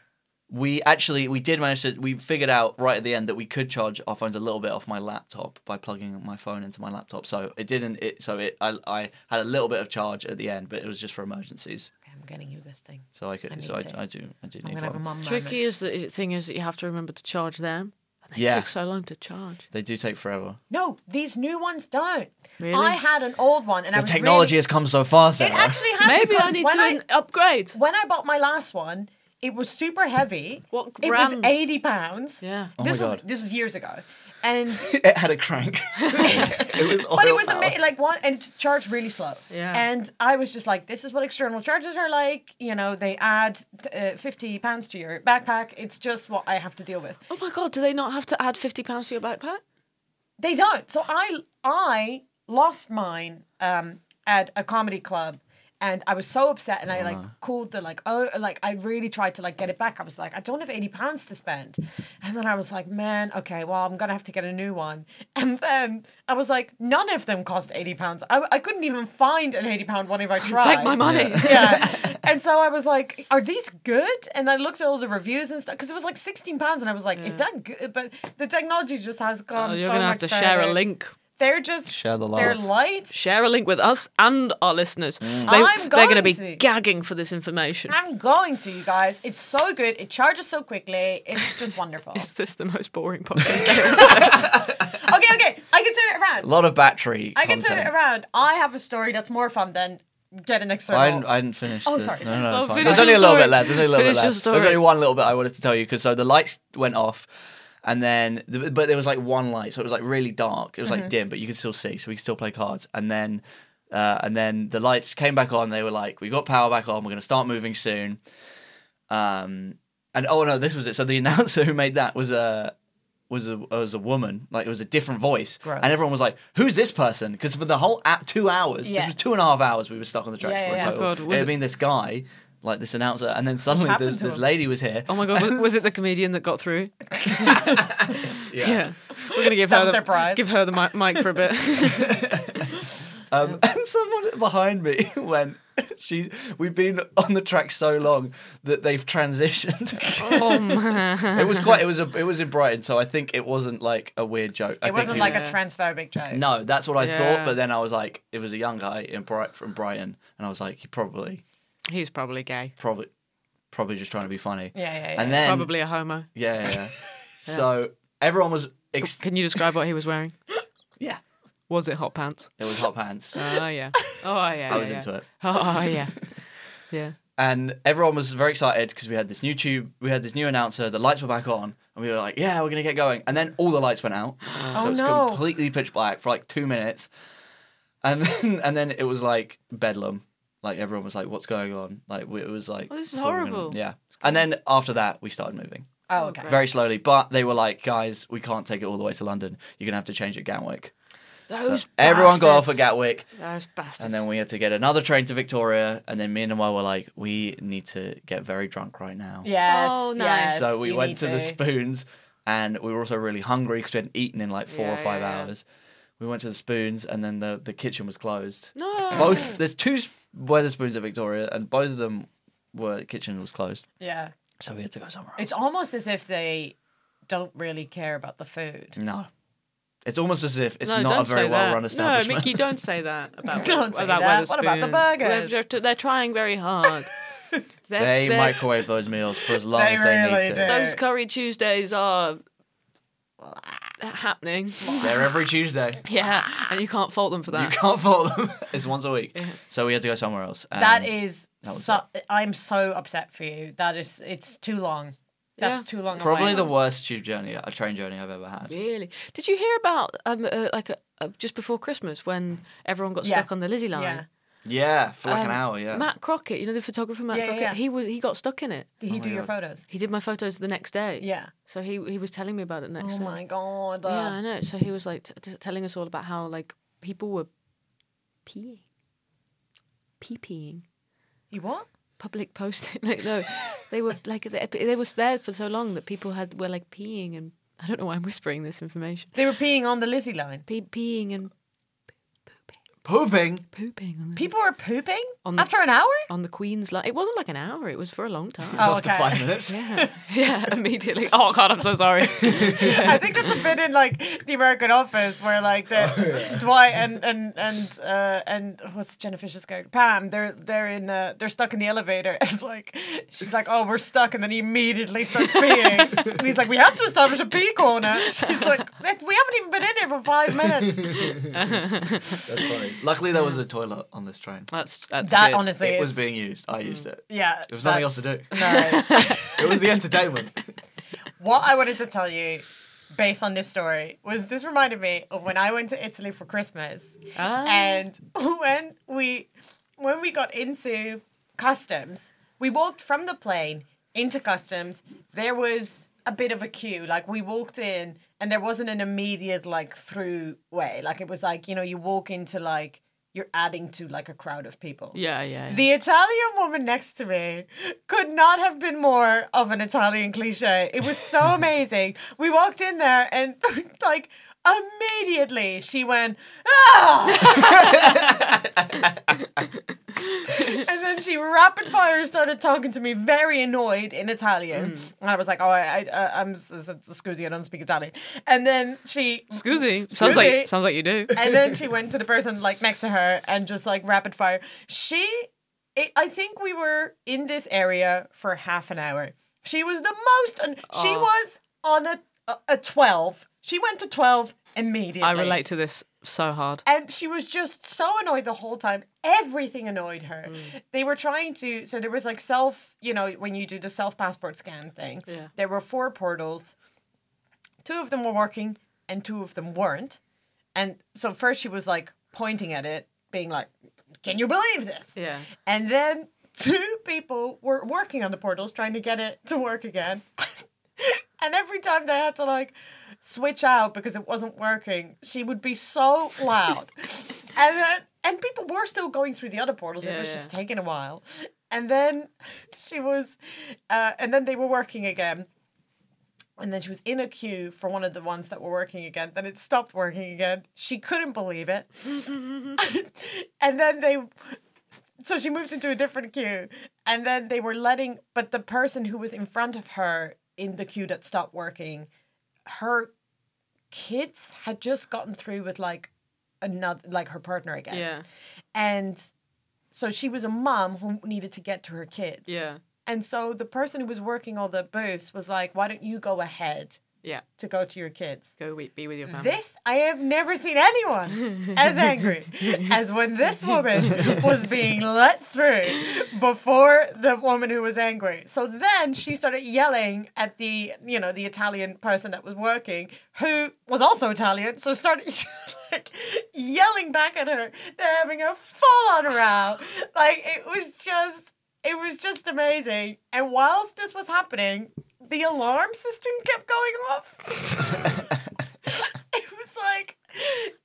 Speaker 7: We actually we did manage to we figured out right at the end that we could charge our phones a little bit off my laptop by plugging my phone into my laptop. So it didn't it so it I, I had a little bit of charge at the end, but it was just for emergencies.
Speaker 6: Okay, I'm getting you this thing.
Speaker 7: So I could
Speaker 6: need
Speaker 7: so I,
Speaker 6: it.
Speaker 7: I do I do
Speaker 6: I'm
Speaker 7: need
Speaker 6: gonna have a
Speaker 7: one.
Speaker 6: mum
Speaker 5: Tricky is the thing is that you have to remember to charge them. And they
Speaker 7: Yeah.
Speaker 5: take so long to charge.
Speaker 7: They do take forever.
Speaker 6: No, these new ones don't.
Speaker 5: Really?
Speaker 6: I had an old one, and I
Speaker 7: The
Speaker 6: was
Speaker 7: technology
Speaker 6: really-
Speaker 7: has come so far,
Speaker 6: It
Speaker 7: Sarah. [LAUGHS]
Speaker 6: actually has.
Speaker 5: Maybe I
Speaker 6: because
Speaker 5: need
Speaker 6: when
Speaker 5: to
Speaker 6: I,
Speaker 5: an- upgrade.
Speaker 6: when I bought my last one, it was super heavy.
Speaker 5: What
Speaker 6: It was
Speaker 5: brand?
Speaker 6: eighty pounds.
Speaker 5: Yeah.
Speaker 7: Oh my
Speaker 6: this was
Speaker 7: God.
Speaker 6: this was years ago, and
Speaker 7: it had a
Speaker 6: [LAUGHS]
Speaker 7: crank. [LAUGHS] it was
Speaker 6: but it
Speaker 7: oil
Speaker 6: was
Speaker 7: powered.
Speaker 6: amazing. Like one and it charged really slow.
Speaker 5: Yeah.
Speaker 6: And I was just like, this is what external chargers are like. You know, they add uh, fifty pounds to your backpack. It's just what I have to deal with.
Speaker 5: Oh my god, do they not have to add fifty pounds to your backpack?
Speaker 6: They don't. So I I lost mine um, at a comedy club. And I was so upset, and I
Speaker 5: Uh-huh.
Speaker 6: like called the like oh like I really tried to like get it back. I was like I don't have eighty pounds to spend, and then I was like man okay well I'm gonna have to get a new one. [LAUGHS] And then I was like none of them cost eighty pounds. I, I couldn't even find an eighty pound one if I tried.
Speaker 5: [LAUGHS] Take my money. [LAUGHS]
Speaker 6: yeah. And so I was like, are these good? And I looked at all the reviews and stuff because it was like 16 pounds. And I was like, is that good? But the technology just has gone.
Speaker 5: oh, you're
Speaker 6: so
Speaker 5: gonna have
Speaker 6: much
Speaker 5: to share a
Speaker 6: further.
Speaker 5: link.
Speaker 6: They're just.
Speaker 7: Share the
Speaker 6: They're
Speaker 7: love.
Speaker 6: light.
Speaker 5: Share a link with us and our listeners.
Speaker 7: Mm.
Speaker 6: I'm
Speaker 5: they're gonna
Speaker 6: going
Speaker 5: be
Speaker 6: to.
Speaker 5: gagging for this information.
Speaker 6: I'm going to, you guys. It's so good. It charges so quickly.
Speaker 5: [LAUGHS]
Speaker 6: It's just wonderful.
Speaker 5: [LAUGHS] Is this the most boring podcast ever?
Speaker 6: okay, okay. I can turn it
Speaker 7: A
Speaker 6: around.
Speaker 7: lot of battery.
Speaker 6: I can turn
Speaker 7: content.
Speaker 6: it around. I have a story that's more fun than get an external.
Speaker 7: I didn't, I didn't finish.
Speaker 6: Oh,
Speaker 7: the-
Speaker 6: sorry.
Speaker 7: No, no,
Speaker 5: Oh,
Speaker 7: it's fine.
Speaker 5: finish
Speaker 7: There's only a
Speaker 5: your
Speaker 7: little
Speaker 5: story.
Speaker 7: bit left. There's only a little
Speaker 5: Finish
Speaker 7: bit
Speaker 5: your
Speaker 7: left.
Speaker 5: story.
Speaker 7: There's only one little bit I wanted to tell you because so the lights went off, and then the- but there was like one light, so it was like really dark. It was
Speaker 5: Mm-hmm.
Speaker 7: like dim, but you could still see, so we could still play cards. And then, uh, and then the lights came back on. They were like, "We got power back on. We're gonna start moving soon." Um, and oh no, this was it. So the [LAUGHS] announcer who made that was a was a was a woman. Like it was a different voice,
Speaker 6: Gross.
Speaker 7: and everyone was like, "Who's this person?" Because for the whole at two hours,
Speaker 6: Yeah.
Speaker 7: this was two and a half hours, we were stuck on the track
Speaker 6: Yeah,
Speaker 7: for
Speaker 6: yeah,
Speaker 7: in
Speaker 6: yeah.
Speaker 7: total.
Speaker 5: Oh, God,
Speaker 7: it
Speaker 5: was
Speaker 7: had
Speaker 5: it-
Speaker 7: been this guy, like this announcer, and then suddenly
Speaker 6: happened
Speaker 7: this,
Speaker 6: to
Speaker 7: this
Speaker 6: him?
Speaker 7: lady was here.
Speaker 5: Oh my god, was, was it the comedian that got
Speaker 6: [LAUGHS]
Speaker 5: through? yeah. We're gonna give
Speaker 6: That
Speaker 5: her
Speaker 6: was
Speaker 5: the
Speaker 6: their prize.
Speaker 5: give her the mi- mic for a
Speaker 6: [LAUGHS]
Speaker 5: bit.
Speaker 7: [LAUGHS] Um, and someone behind me [LAUGHS] went, "She, we've been on the track so long that they've transitioned." [LAUGHS]
Speaker 5: oh man.
Speaker 7: it was quite. It was a. It was in Brighton, so I think it wasn't like a weird joke. I
Speaker 6: it
Speaker 7: think
Speaker 6: wasn't like a
Speaker 5: Yeah.
Speaker 6: transphobic joke.
Speaker 7: No, that's what I
Speaker 5: Yeah.
Speaker 7: thought. But then I was like, it was a young guy in Bright from Brighton, and I was like, he probably,
Speaker 5: He was probably gay.
Speaker 7: probably, probably just trying to be funny.
Speaker 6: Yeah, yeah, yeah.
Speaker 7: And then
Speaker 5: Probably a homo. [LAUGHS]
Speaker 7: yeah, yeah. yeah. so everyone was ex-
Speaker 5: Can you describe what he was wearing?
Speaker 7: yeah.
Speaker 5: Was it hot
Speaker 7: [LAUGHS]
Speaker 5: pants?
Speaker 7: It was hot pants.
Speaker 5: Oh yeah. Oh yeah.
Speaker 7: I was
Speaker 5: yeah,
Speaker 7: into
Speaker 5: yeah.
Speaker 7: it.
Speaker 5: Oh yeah. Yeah.
Speaker 7: and everyone was very excited because we had this new tube, we had this new announcer, the lights were back on, and we were like, "Yeah, we're gonna get going." And then all the lights went
Speaker 5: [GASPS]
Speaker 7: out,
Speaker 5: Oh,
Speaker 7: so it was
Speaker 6: no.
Speaker 7: completely pitch black for like two minutes, and then [LAUGHS] and then it was like bedlam, like everyone was like, "What's going on?" Like we- it was like,
Speaker 5: Oh, this is
Speaker 7: I thought we were gonna-
Speaker 5: horrible.
Speaker 7: yeah." And then after that, we started moving
Speaker 6: Oh, okay.
Speaker 7: very slowly, but they were like, "Guys, we can't take it all the way to London. You're gonna have to change at Gatwick." So
Speaker 5: Those
Speaker 7: everyone got off
Speaker 5: bastards.
Speaker 7: at Gatwick.
Speaker 5: Those bastards.
Speaker 7: And then we had to get another train to Victoria, and then me and Noel were like, "We need to get very drunk right now."
Speaker 6: Yes.
Speaker 5: Oh, nice.
Speaker 6: yes,
Speaker 7: So we
Speaker 6: you
Speaker 7: went
Speaker 6: need
Speaker 7: to the spoons, and we were also really hungry because we hadn't eaten in like four or
Speaker 5: Yeah,
Speaker 7: five
Speaker 5: yeah, yeah.
Speaker 7: hours. We went to the spoons, and then the the kitchen was closed.
Speaker 5: No.
Speaker 7: both there's two s- Weatherspoons at Victoria, and both of them were kitchen was closed,
Speaker 6: Yeah.
Speaker 7: so we had to go somewhere.
Speaker 6: It's almost as if they don't really care about the food.
Speaker 7: No, it's almost as if it's
Speaker 5: No,
Speaker 7: not
Speaker 5: don't
Speaker 7: a very
Speaker 5: say
Speaker 7: well run
Speaker 5: that.
Speaker 7: establishment.
Speaker 5: No, Mickey, don't say that
Speaker 7: [LAUGHS]
Speaker 5: about
Speaker 6: Don't say
Speaker 5: about
Speaker 6: that. What about the
Speaker 5: Wetherspoons.
Speaker 6: burgers?
Speaker 5: They're, they're- they're trying very hard. They're-
Speaker 7: they
Speaker 5: they're-
Speaker 7: microwave those meals for as long
Speaker 6: They
Speaker 7: as they
Speaker 6: really
Speaker 7: need to.
Speaker 6: do.
Speaker 5: Those curry Tuesdays are uh, happening.
Speaker 7: They're every Tuesday.
Speaker 5: Yeah, and you can't fault them for
Speaker 7: You
Speaker 5: that.
Speaker 7: can't fault them. [LAUGHS] it's once a week, so we had to go somewhere else. Um,
Speaker 6: That
Speaker 7: and
Speaker 6: is
Speaker 7: that was
Speaker 6: so, I'm so upset for you. That is it's too long. That's
Speaker 5: Yeah.
Speaker 6: too long.
Speaker 7: probably
Speaker 6: away.
Speaker 7: the worst tube journey, a train journey I've ever had.
Speaker 5: Really? Did you hear about um uh, like uh uh, just before Christmas when everyone got
Speaker 6: Yeah.
Speaker 5: stuck on the Lizzie line?
Speaker 6: Yeah.
Speaker 7: Yeah, for like an
Speaker 5: Um,
Speaker 7: hour. Yeah.
Speaker 5: Matt Crockett, you know the photographer Matt
Speaker 6: Yeah, yeah,
Speaker 5: Crockett,
Speaker 6: yeah.
Speaker 5: he was he got stuck in it.
Speaker 6: Did he
Speaker 7: Oh
Speaker 6: do your photos?
Speaker 5: He did my photos the next day.
Speaker 6: Yeah.
Speaker 5: So he he was telling me about it next
Speaker 6: Oh
Speaker 5: day.
Speaker 6: my god. uh,
Speaker 5: Yeah, I know. So he was like t- t- telling us all about how like people were peeing, pee peeing,
Speaker 6: You what?
Speaker 5: public posting. [LAUGHS] Like no, they [LAUGHS] were like they, they were there for so long that people had were like peeing and I don't know why I'm whispering this information.
Speaker 6: They were peeing on the Lizzie line.
Speaker 5: Pee, peeing and
Speaker 7: Pooping.
Speaker 5: pooping on the,
Speaker 6: People were pooping
Speaker 5: On the-
Speaker 6: after an
Speaker 7: [LAUGHS]
Speaker 6: hour.
Speaker 5: on the Queen's line. It wasn't like an hour. It was for a long time.
Speaker 6: Oh,
Speaker 7: after
Speaker 6: okay.
Speaker 7: five
Speaker 6: [LAUGHS]
Speaker 7: minutes.
Speaker 5: Yeah, [LAUGHS] yeah, [LAUGHS] immediately. Oh God, I'm so sorry.
Speaker 6: I think that's a bit in like the American Office where like the Dwight and and and uh, and what's Jenna Fisher's character Pam they're they're in uh, they're stuck in the elevator [LAUGHS] and like she's like oh we're stuck and then he immediately starts peeing
Speaker 7: [LAUGHS]
Speaker 6: and he's like we have to establish a pee corner she's like "That- we haven't even been in here for five
Speaker 7: [LAUGHS]
Speaker 6: minutes
Speaker 7: Luckily, there was a toilet on this train.
Speaker 5: [LAUGHS] That's that's
Speaker 6: that
Speaker 5: good.
Speaker 6: honestly
Speaker 7: It was
Speaker 6: is-
Speaker 7: being used. I used it.
Speaker 6: Mm. yeah
Speaker 7: There was nothing else to
Speaker 6: that's-
Speaker 7: do.
Speaker 6: [LAUGHS] no
Speaker 7: It was
Speaker 6: [LAUGHS]
Speaker 7: the entertainment.
Speaker 6: What I wanted to tell you, based on this story, was this reminded me of when I went to Italy for Christmas, and [LAUGHS] when we when we got into customs, we walked from the plane into customs. There was a bit of a queue. Like we walked in, and there wasn't an immediate like through way. Like it was like you know you walk into like you're adding to like a crowd of people.
Speaker 5: Yeah, yeah. yeah.
Speaker 6: The Italian woman next to me could not have been more of an Italian cliche. It was so amazing. We walked in there and [LAUGHS] like immediately she went, ah! and then she rapid fire started talking to me, very annoyed in Italian. And I was like, oh, I, I, uh, I'm s- s- scusi, I don't speak Italian. And then she
Speaker 5: Scoozy. Sounds like
Speaker 6: Scoozy.
Speaker 5: sounds like you do.
Speaker 6: [LAUGHS] and then she went to the person like next to her and just like rapid fire. She, i I think we were in this area for half an hour. She was the most, and she
Speaker 5: Oh.
Speaker 6: was on a, a a twelve. She went to twelve immediately.
Speaker 5: I relate to this so hard.
Speaker 6: And she was just so annoyed the whole time. Everything annoyed her.
Speaker 5: Mm.
Speaker 6: They were trying to, so there was like self, you know, when you do the self passport scan thing,
Speaker 5: Yeah.
Speaker 6: there were four portals. Two of them were working and two of them weren't. And so first she was like pointing at it, being like, can you believe this?
Speaker 5: Yeah.
Speaker 6: And then two people were working on the portals trying to get it to work again. [LAUGHS] and every time they had to like switch out because it wasn't working, she would be so
Speaker 5: [LAUGHS]
Speaker 6: loud. and then and people were still going through the other portals. it
Speaker 5: Yeah,
Speaker 6: was
Speaker 5: yeah.
Speaker 6: just taking a while. And then she was uh, and then they were working again. And then she was in a queue for one of the ones that were working again. Then it stopped working again. She couldn't believe
Speaker 5: [LAUGHS]
Speaker 6: it. [LAUGHS] and then they so she moved into a different queue and then they were letting but the person who was in front of her in the queue that stopped working her kids had just gotten through with like another like her partner i guess
Speaker 5: Yeah.
Speaker 6: and so she was a mom who needed to get to her kids
Speaker 5: Yeah.
Speaker 6: and so the person who was working all the booths was like why don't you go ahead
Speaker 5: Yeah.
Speaker 6: to go to your kids
Speaker 5: Go we- be with [LAUGHS] your family.
Speaker 6: this I have never seen anyone as angry as when this woman was being let through before the woman who was angry. So then she started yelling at the you know the Italian person that was working who was also Italian. So started [LAUGHS] like yelling back at her. They're having a full on row. Like it was just it was just amazing. And whilst this was happening, the alarm system kept going off. [LAUGHS] It
Speaker 5: [LAUGHS]
Speaker 6: was like,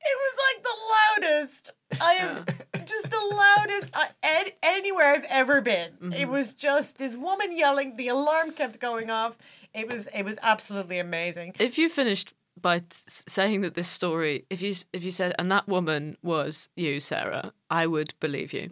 Speaker 6: it was like the loudest. I have just the weirdest uh, an- anywhere I've ever been.
Speaker 5: Mm-hmm.
Speaker 6: It was just this woman yelling. The alarm kept going off. It was it was absolutely amazing.
Speaker 5: If you finished by t- s- saying that this story, if you s- if you said and that woman was you, Sarah, I would believe you.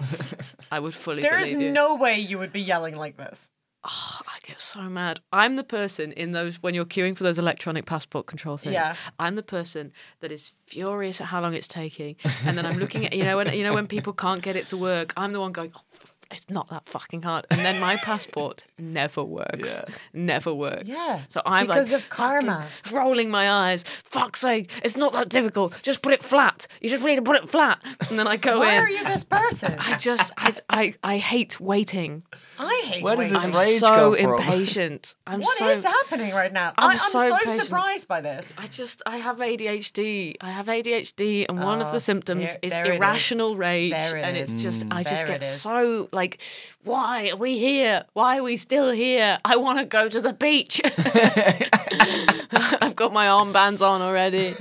Speaker 5: I would fully.
Speaker 6: There
Speaker 5: believe
Speaker 6: is
Speaker 5: you.
Speaker 6: no way you would be yelling like this.
Speaker 5: I get so mad. I'm the person in those when you're queuing for those electronic passport control things.
Speaker 6: Yeah.
Speaker 5: I'm the person that is furious at how long it's taking, and then I'm looking at you know when you know when people can't get it to work. I'm the one going. Oh, f- it's not that fucking hard, and then my passport never works.
Speaker 7: Yeah.
Speaker 5: Never works.
Speaker 6: Yeah,
Speaker 5: So I'm
Speaker 6: because
Speaker 5: like
Speaker 6: of karma.
Speaker 5: fucking rolling my eyes. Fuck's sake! It's not that difficult. Just put it flat. You just need to put it flat, and then I go
Speaker 6: Why
Speaker 5: in.
Speaker 6: are you this person?
Speaker 5: I just I, I I hate waiting.
Speaker 6: I hate
Speaker 7: Where does
Speaker 6: waiting.
Speaker 7: this
Speaker 5: I'm
Speaker 7: rage
Speaker 5: so
Speaker 7: come from?
Speaker 5: [LAUGHS] impatient. I'm
Speaker 6: What is
Speaker 5: so
Speaker 6: happening right now?
Speaker 5: I'm
Speaker 6: I, I'm
Speaker 5: so
Speaker 6: so,
Speaker 5: patient.
Speaker 6: surprised by this.
Speaker 5: I just I have ADHD. I have ADHD, and one of
Speaker 6: Oh,
Speaker 5: the symptoms
Speaker 6: there-
Speaker 5: is
Speaker 6: there it is.
Speaker 5: irrational rage,
Speaker 6: There it
Speaker 5: and it's
Speaker 6: is. Mm.
Speaker 5: just I just
Speaker 6: There it
Speaker 5: get
Speaker 6: is.
Speaker 5: so like, why are we here? Why are we still here? I want to go to
Speaker 6: [LAUGHS]
Speaker 5: the beach. [LAUGHS] I've got my armbands on already.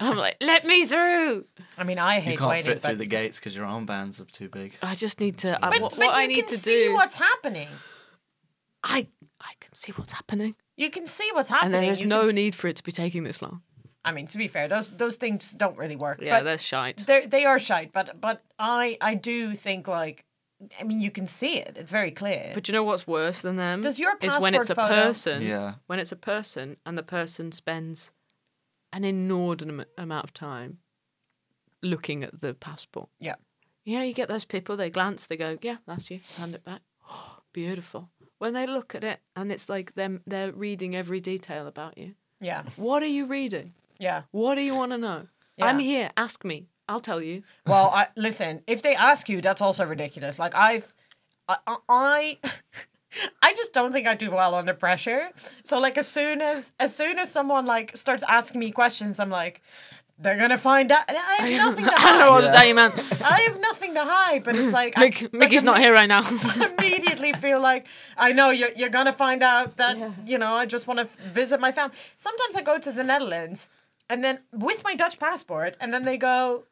Speaker 5: I'm like, let me through.
Speaker 6: I mean, I
Speaker 7: You
Speaker 6: hate
Speaker 7: can't
Speaker 6: waiting.
Speaker 7: fit through
Speaker 6: But,
Speaker 7: the gates because your armbands are too big.
Speaker 5: I just need to. I,
Speaker 6: but,
Speaker 5: what,
Speaker 6: but
Speaker 5: what
Speaker 6: you
Speaker 5: I need
Speaker 6: can
Speaker 5: to
Speaker 6: see
Speaker 5: do.
Speaker 6: what's happening.
Speaker 5: I I can see what's happening,
Speaker 6: You can see what's happening.
Speaker 5: and there is
Speaker 6: You
Speaker 5: no
Speaker 6: can s-
Speaker 5: need for it to be taking this long.
Speaker 6: I mean, to be fair, those those things don't really work.
Speaker 5: Yeah,
Speaker 6: but
Speaker 5: they're shite.
Speaker 6: they're, they are shite. But but I I do think like, I mean, you can see it. It's very clear.
Speaker 5: But do you know what's worse than them?
Speaker 6: Does your
Speaker 5: is when
Speaker 6: passport
Speaker 5: it's a
Speaker 6: photo-
Speaker 5: person.
Speaker 6: [LAUGHS]
Speaker 7: Yeah.
Speaker 5: When it's a person and the person spends an inordinate amount of time looking at the passport.
Speaker 6: yeah.
Speaker 5: You know, you get those people. They glance. They go, "Yeah, that's you." Hand it back. [GASPS] beautiful. When they look at it and it's like them, they're reading every detail about you.
Speaker 6: Yeah.
Speaker 5: What are you reading?
Speaker 6: Yeah.
Speaker 5: What do you want to know? I'm here. Ask me. I'll
Speaker 6: [LAUGHS]
Speaker 5: tell you.
Speaker 6: Well, I, listen, if they ask you, that's also ridiculous. Like I've, I, I, [LAUGHS] I just don't think I do well under pressure. So like as soon as as soon as someone like starts asking me questions, I'm like, they're gonna find out. And I have
Speaker 5: [LAUGHS]
Speaker 6: nothing to
Speaker 5: I don't know what
Speaker 6: hide.
Speaker 5: to tell
Speaker 6: [LAUGHS]
Speaker 5: you, man.
Speaker 6: I have nothing to hide, but it's like I-
Speaker 5: [LAUGHS] Mick,
Speaker 6: like,
Speaker 5: Mickey's not
Speaker 6: imme-
Speaker 5: here right now. [LAUGHS]
Speaker 6: [LAUGHS] immediately feel like I know you're, you're gonna find out that you know I just want to visit my family. Sometimes I go to the Netherlands and then with my Dutch passport, and then they go,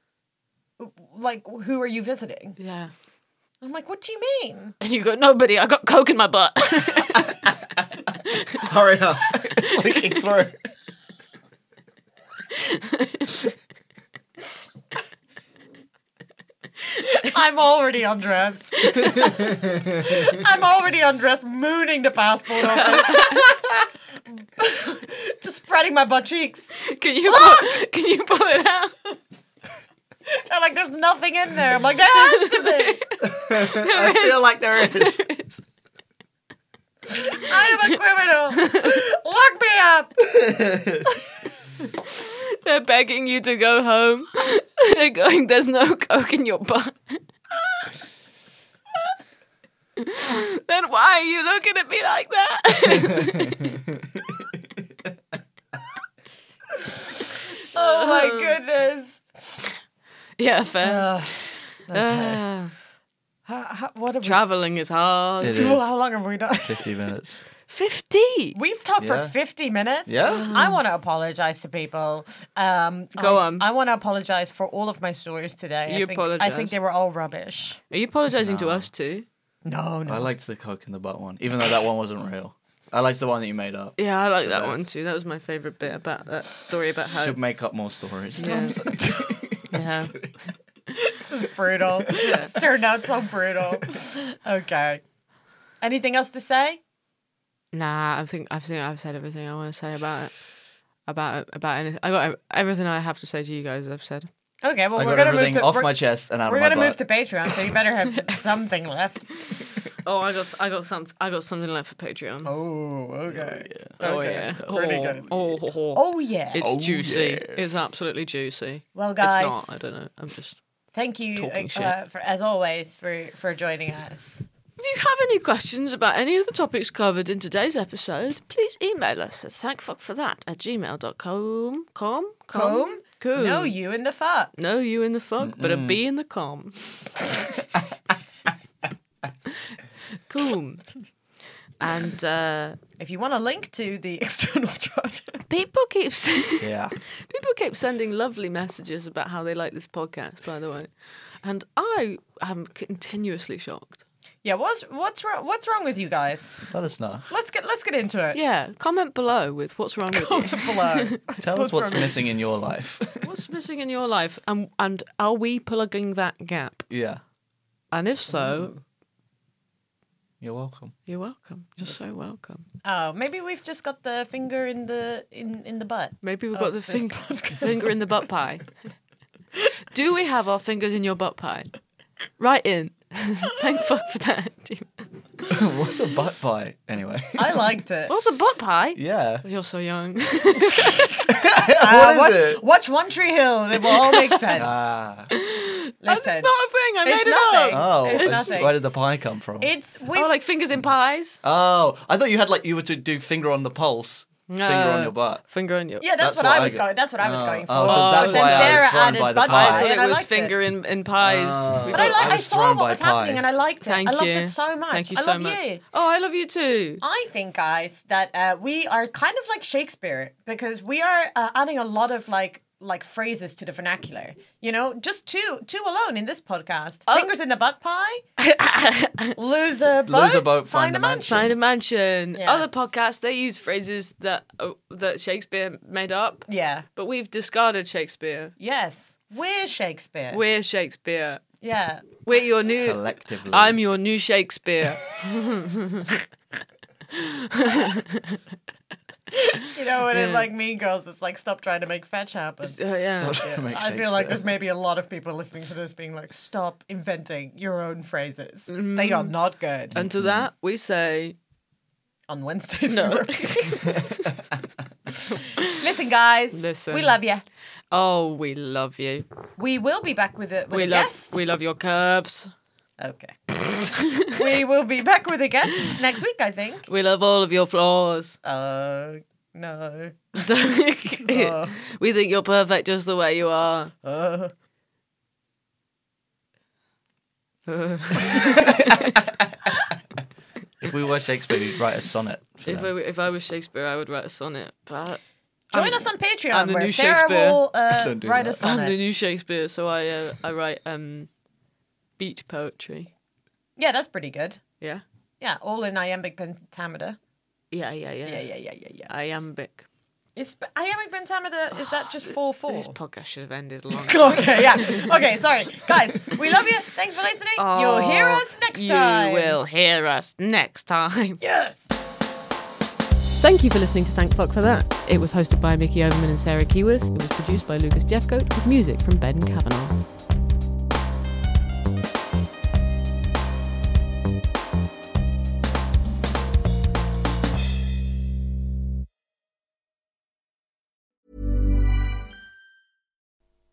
Speaker 6: like, "Who are you visiting?"
Speaker 5: yeah.
Speaker 6: I'm like, "What do you mean?"
Speaker 5: And you go, nobody. I got coke in my butt. [LAUGHS]
Speaker 7: Hurry up! [LAUGHS] it's leaking through.
Speaker 6: I'm already undressed. I'm already undressed, mooning the passport office. [LAUGHS] just spreading my butt cheeks.
Speaker 5: Can you pull, can you pull it out?
Speaker 6: They're like, "There's nothing in there." I'm like, "There has to be."
Speaker 7: [LAUGHS] I feel like there
Speaker 6: [LAUGHS]
Speaker 7: is.
Speaker 6: I am a criminal. Lock me up.
Speaker 5: They're begging you to go home. [LAUGHS] They're going, there's no coke in your butt. [LAUGHS] then why are you looking at me like that? [LAUGHS]
Speaker 6: Oh
Speaker 7: [LAUGHS]
Speaker 6: my goodness.
Speaker 5: yeah,
Speaker 6: Uh,
Speaker 5: fair.
Speaker 6: [SIGHS] what have
Speaker 5: Traveling is hard.
Speaker 7: It
Speaker 6: we, [LAUGHS]
Speaker 7: is.
Speaker 6: how long have we done?
Speaker 7: 50 minutes.
Speaker 5: 50.
Speaker 6: [LAUGHS] We've talked
Speaker 7: Yeah.
Speaker 6: for 50 minutes.
Speaker 7: Yeah.
Speaker 6: [GASPS] I want to apologize to people. Um,
Speaker 5: Go
Speaker 6: I-
Speaker 5: on.
Speaker 6: I want to apologize for all of my stories today.
Speaker 5: You
Speaker 6: I think, I
Speaker 5: apologise.
Speaker 6: think they were all rubbish.
Speaker 5: Are you apologizing to us too?
Speaker 6: No, no.
Speaker 7: I liked the coke in the butt one, even though that one wasn't real. I liked the one that you made up.
Speaker 5: Yeah, I like that one too. That was my favorite bit about that story about how.
Speaker 7: Should make up more stories.
Speaker 5: Yeah. yeah.
Speaker 6: This is
Speaker 7: [LAUGHS]
Speaker 6: brutal. [LAUGHS] it's turned out so brutal. Okay. Anything else to say?
Speaker 5: Nah, I think I think I've said everything I want to say about it. About it, about anything. I got everything I have to say to you guys. I've said.
Speaker 6: Okay, well,
Speaker 7: I
Speaker 6: we're
Speaker 7: got
Speaker 6: going to move
Speaker 7: everything
Speaker 6: to.
Speaker 7: off
Speaker 6: we're,
Speaker 7: my chest and out
Speaker 6: we're
Speaker 7: of my
Speaker 6: gonna move to
Speaker 7: butt.
Speaker 6: Patreon, so you better
Speaker 7: [LAUGHS]
Speaker 6: have something left.
Speaker 5: Oh, I got I got some I got something left for Patreon. Oh,
Speaker 6: Oh, okay. okay.
Speaker 5: yeah,
Speaker 6: Pretty
Speaker 5: oh,
Speaker 6: good.
Speaker 5: Oh, oh, oh.
Speaker 6: Oh, yeah.
Speaker 5: it's juicy. It's absolutely juicy.
Speaker 6: Well,
Speaker 5: it's
Speaker 6: guys.
Speaker 5: not. I don't know. I'm just.
Speaker 6: Thank you,
Speaker 5: Talking
Speaker 6: uh, uh, for, as always, for, for joining us.
Speaker 5: If you have any questions about any of the topics covered in today's episode, please email us at thankfuckforthat at gmail.com. Com? Com? Cool.
Speaker 6: No, you and the fuck.
Speaker 5: No, you in the fuck, but a bee in
Speaker 6: [LAUGHS]
Speaker 5: the com. cool. And uh,
Speaker 6: If you want a link to the [LAUGHS] external chart,
Speaker 5: people keep [LAUGHS] s-
Speaker 7: Yeah.
Speaker 6: [LAUGHS]
Speaker 5: people keep sending lovely messages about how they like this podcast. By the way, and I am continuously shocked.
Speaker 6: Yeah, what's what's wrong? What's wrong with you guys?
Speaker 7: Let us know.
Speaker 6: Let's get let's get into it.
Speaker 5: Yeah, comment below with what's wrong with you.
Speaker 6: Hello.
Speaker 5: [LAUGHS]
Speaker 7: Tell us what's missing in
Speaker 6: [LAUGHS]
Speaker 7: your life.
Speaker 5: What's missing in your life, and and are we plugging that gap?
Speaker 7: yeah.
Speaker 5: And if so,
Speaker 6: [LAUGHS]
Speaker 7: You're welcome.
Speaker 5: you're welcome. You're so welcome.
Speaker 6: Oh, maybe we've just got the finger in the in in the butt.
Speaker 5: Maybe we've
Speaker 6: Oh,
Speaker 5: got the
Speaker 6: this
Speaker 5: finger,
Speaker 6: podcast.
Speaker 5: finger in the butt pie. Do we have our fingers in your butt pie? Right in. [LAUGHS] Thank fuck for that.
Speaker 7: what's a butt pie? Anyway. [LAUGHS]
Speaker 6: I liked
Speaker 5: [LAUGHS]
Speaker 6: it.
Speaker 5: What's a butt pie?
Speaker 7: Yeah.
Speaker 5: You're so young.
Speaker 6: Uh,
Speaker 7: what
Speaker 6: watch,
Speaker 7: is it?
Speaker 6: watch One Tree Hill, and it will all
Speaker 5: [LAUGHS]
Speaker 6: make sense.
Speaker 7: Ah.
Speaker 5: That's
Speaker 6: Listen,
Speaker 5: [LAUGHS] Uh, it's not a thing. I
Speaker 6: It's
Speaker 5: made it
Speaker 6: nothing.
Speaker 5: up.
Speaker 7: Oh,
Speaker 6: It's
Speaker 7: I just-
Speaker 6: nothing.
Speaker 7: where did the pie come from?
Speaker 6: it's we.
Speaker 5: Oh, like fingers in pies.
Speaker 7: oh, I thought you had like you were to do finger on the pulse, finger on
Speaker 5: No.
Speaker 7: your butt.
Speaker 5: Finger on your.
Speaker 6: yeah, that's,
Speaker 7: that's
Speaker 6: what,
Speaker 7: what
Speaker 6: I
Speaker 7: I
Speaker 6: was
Speaker 7: get.
Speaker 6: going. That's what I was
Speaker 7: Oh,
Speaker 6: going for.
Speaker 7: oh, so that's
Speaker 6: But then
Speaker 7: why I was
Speaker 6: Sarah
Speaker 7: thrown
Speaker 6: added
Speaker 7: by the
Speaker 6: butt
Speaker 7: pie.
Speaker 5: I
Speaker 7: pie.
Speaker 5: thought it
Speaker 6: and I
Speaker 5: was
Speaker 6: liked
Speaker 5: finger in, in pies.
Speaker 7: Oh.
Speaker 5: We
Speaker 6: But I,
Speaker 5: got-
Speaker 6: like,
Speaker 7: I
Speaker 6: I,
Speaker 7: was
Speaker 6: saw
Speaker 7: thrown
Speaker 6: what
Speaker 7: by
Speaker 6: was
Speaker 7: pie.
Speaker 6: happening and I liked it.
Speaker 5: Thank
Speaker 6: I loved
Speaker 5: you.
Speaker 6: it so much.
Speaker 5: Thank you
Speaker 6: I
Speaker 5: so
Speaker 6: love
Speaker 5: much.
Speaker 6: you.
Speaker 5: Oh, I love you too.
Speaker 6: I think, guys, that uh, we are kind of like Shakespeare because we are uh, adding a lot of like like phrases to the vernacular. You know, just two two alone in this podcast.
Speaker 5: Oh.
Speaker 6: Fingers in the butt
Speaker 5: [LAUGHS]
Speaker 6: pie. lose a boat.
Speaker 7: a boat, find a mansion.
Speaker 5: Find a mansion.
Speaker 6: Yeah.
Speaker 5: Other podcasts they use phrases that uh, that Shakespeare made up,
Speaker 6: Yeah.
Speaker 5: but we've discarded Shakespeare.
Speaker 6: Yes. We're Shakespeare.
Speaker 5: We're Shakespeare.
Speaker 6: yeah.
Speaker 5: We're your new.
Speaker 7: Collectively. [LAUGHS]
Speaker 5: I'm your new
Speaker 6: [LAUGHS]
Speaker 5: Shakespeare.
Speaker 6: You know, and in like Mean Girls, it's like stop trying to make fetch happen.
Speaker 5: So, yeah.
Speaker 7: Make
Speaker 6: I feel like
Speaker 7: Shakespeare.
Speaker 6: there's maybe a lot of people listening to this being like, stop inventing your own phrases.
Speaker 5: Mm-hmm.
Speaker 6: They are not good.
Speaker 5: And to that we say
Speaker 6: on Wednesdays. we
Speaker 5: no. [LAUGHS]
Speaker 6: were- [LAUGHS] Listen, guys.
Speaker 5: Listen.
Speaker 6: We love you.
Speaker 5: oh, we love you.
Speaker 6: We will be back with a, with
Speaker 5: we
Speaker 6: a
Speaker 5: love
Speaker 6: guest.
Speaker 5: we love your curves.
Speaker 6: Okay. [LAUGHS] we will be back with a guest next week, I think.
Speaker 5: We love all of your flaws.
Speaker 6: Uh, no. Oh.
Speaker 5: [LAUGHS] we think you're perfect just the way you are.
Speaker 6: Uh,
Speaker 7: If we were Shakespeare, we'd write a sonnet. For
Speaker 5: If I,
Speaker 7: them.
Speaker 5: if I was Shakespeare, I would write a sonnet. But
Speaker 6: join
Speaker 5: I'm-
Speaker 6: us on Patreon
Speaker 5: I'm the
Speaker 6: where
Speaker 5: new
Speaker 6: Sarah
Speaker 5: Shakespeare.
Speaker 6: will uh,
Speaker 7: [LAUGHS] Don't do
Speaker 6: write
Speaker 7: that.
Speaker 6: us
Speaker 5: I'm
Speaker 6: on
Speaker 5: the
Speaker 6: it.
Speaker 5: new Shakespeare, so I uh, I write um, beat poetry.
Speaker 6: Yeah, that's pretty good.
Speaker 5: Yeah,
Speaker 6: Yeah, all in iambic pentameter.
Speaker 5: yeah, yeah, yeah.
Speaker 6: Yeah, yeah, yeah, yeah, yeah.
Speaker 5: Iambic.
Speaker 6: Is iambic pentameter is that
Speaker 5: [SIGHS]
Speaker 6: just four four?
Speaker 5: This podcast should have ended long.
Speaker 6: [LAUGHS] okay, yeah. Okay, sorry, guys. We love you. Thanks for listening. You'll hear us next
Speaker 5: Oh, you
Speaker 6: time.
Speaker 5: will hear us next time.
Speaker 6: Yes.
Speaker 3: Thank you for listening to Thank Fuck for That. It was hosted by Mickey Overman and Sarah Keyworth. It was produced by Lucas Jeffcoat with music from Ben Cavanaugh.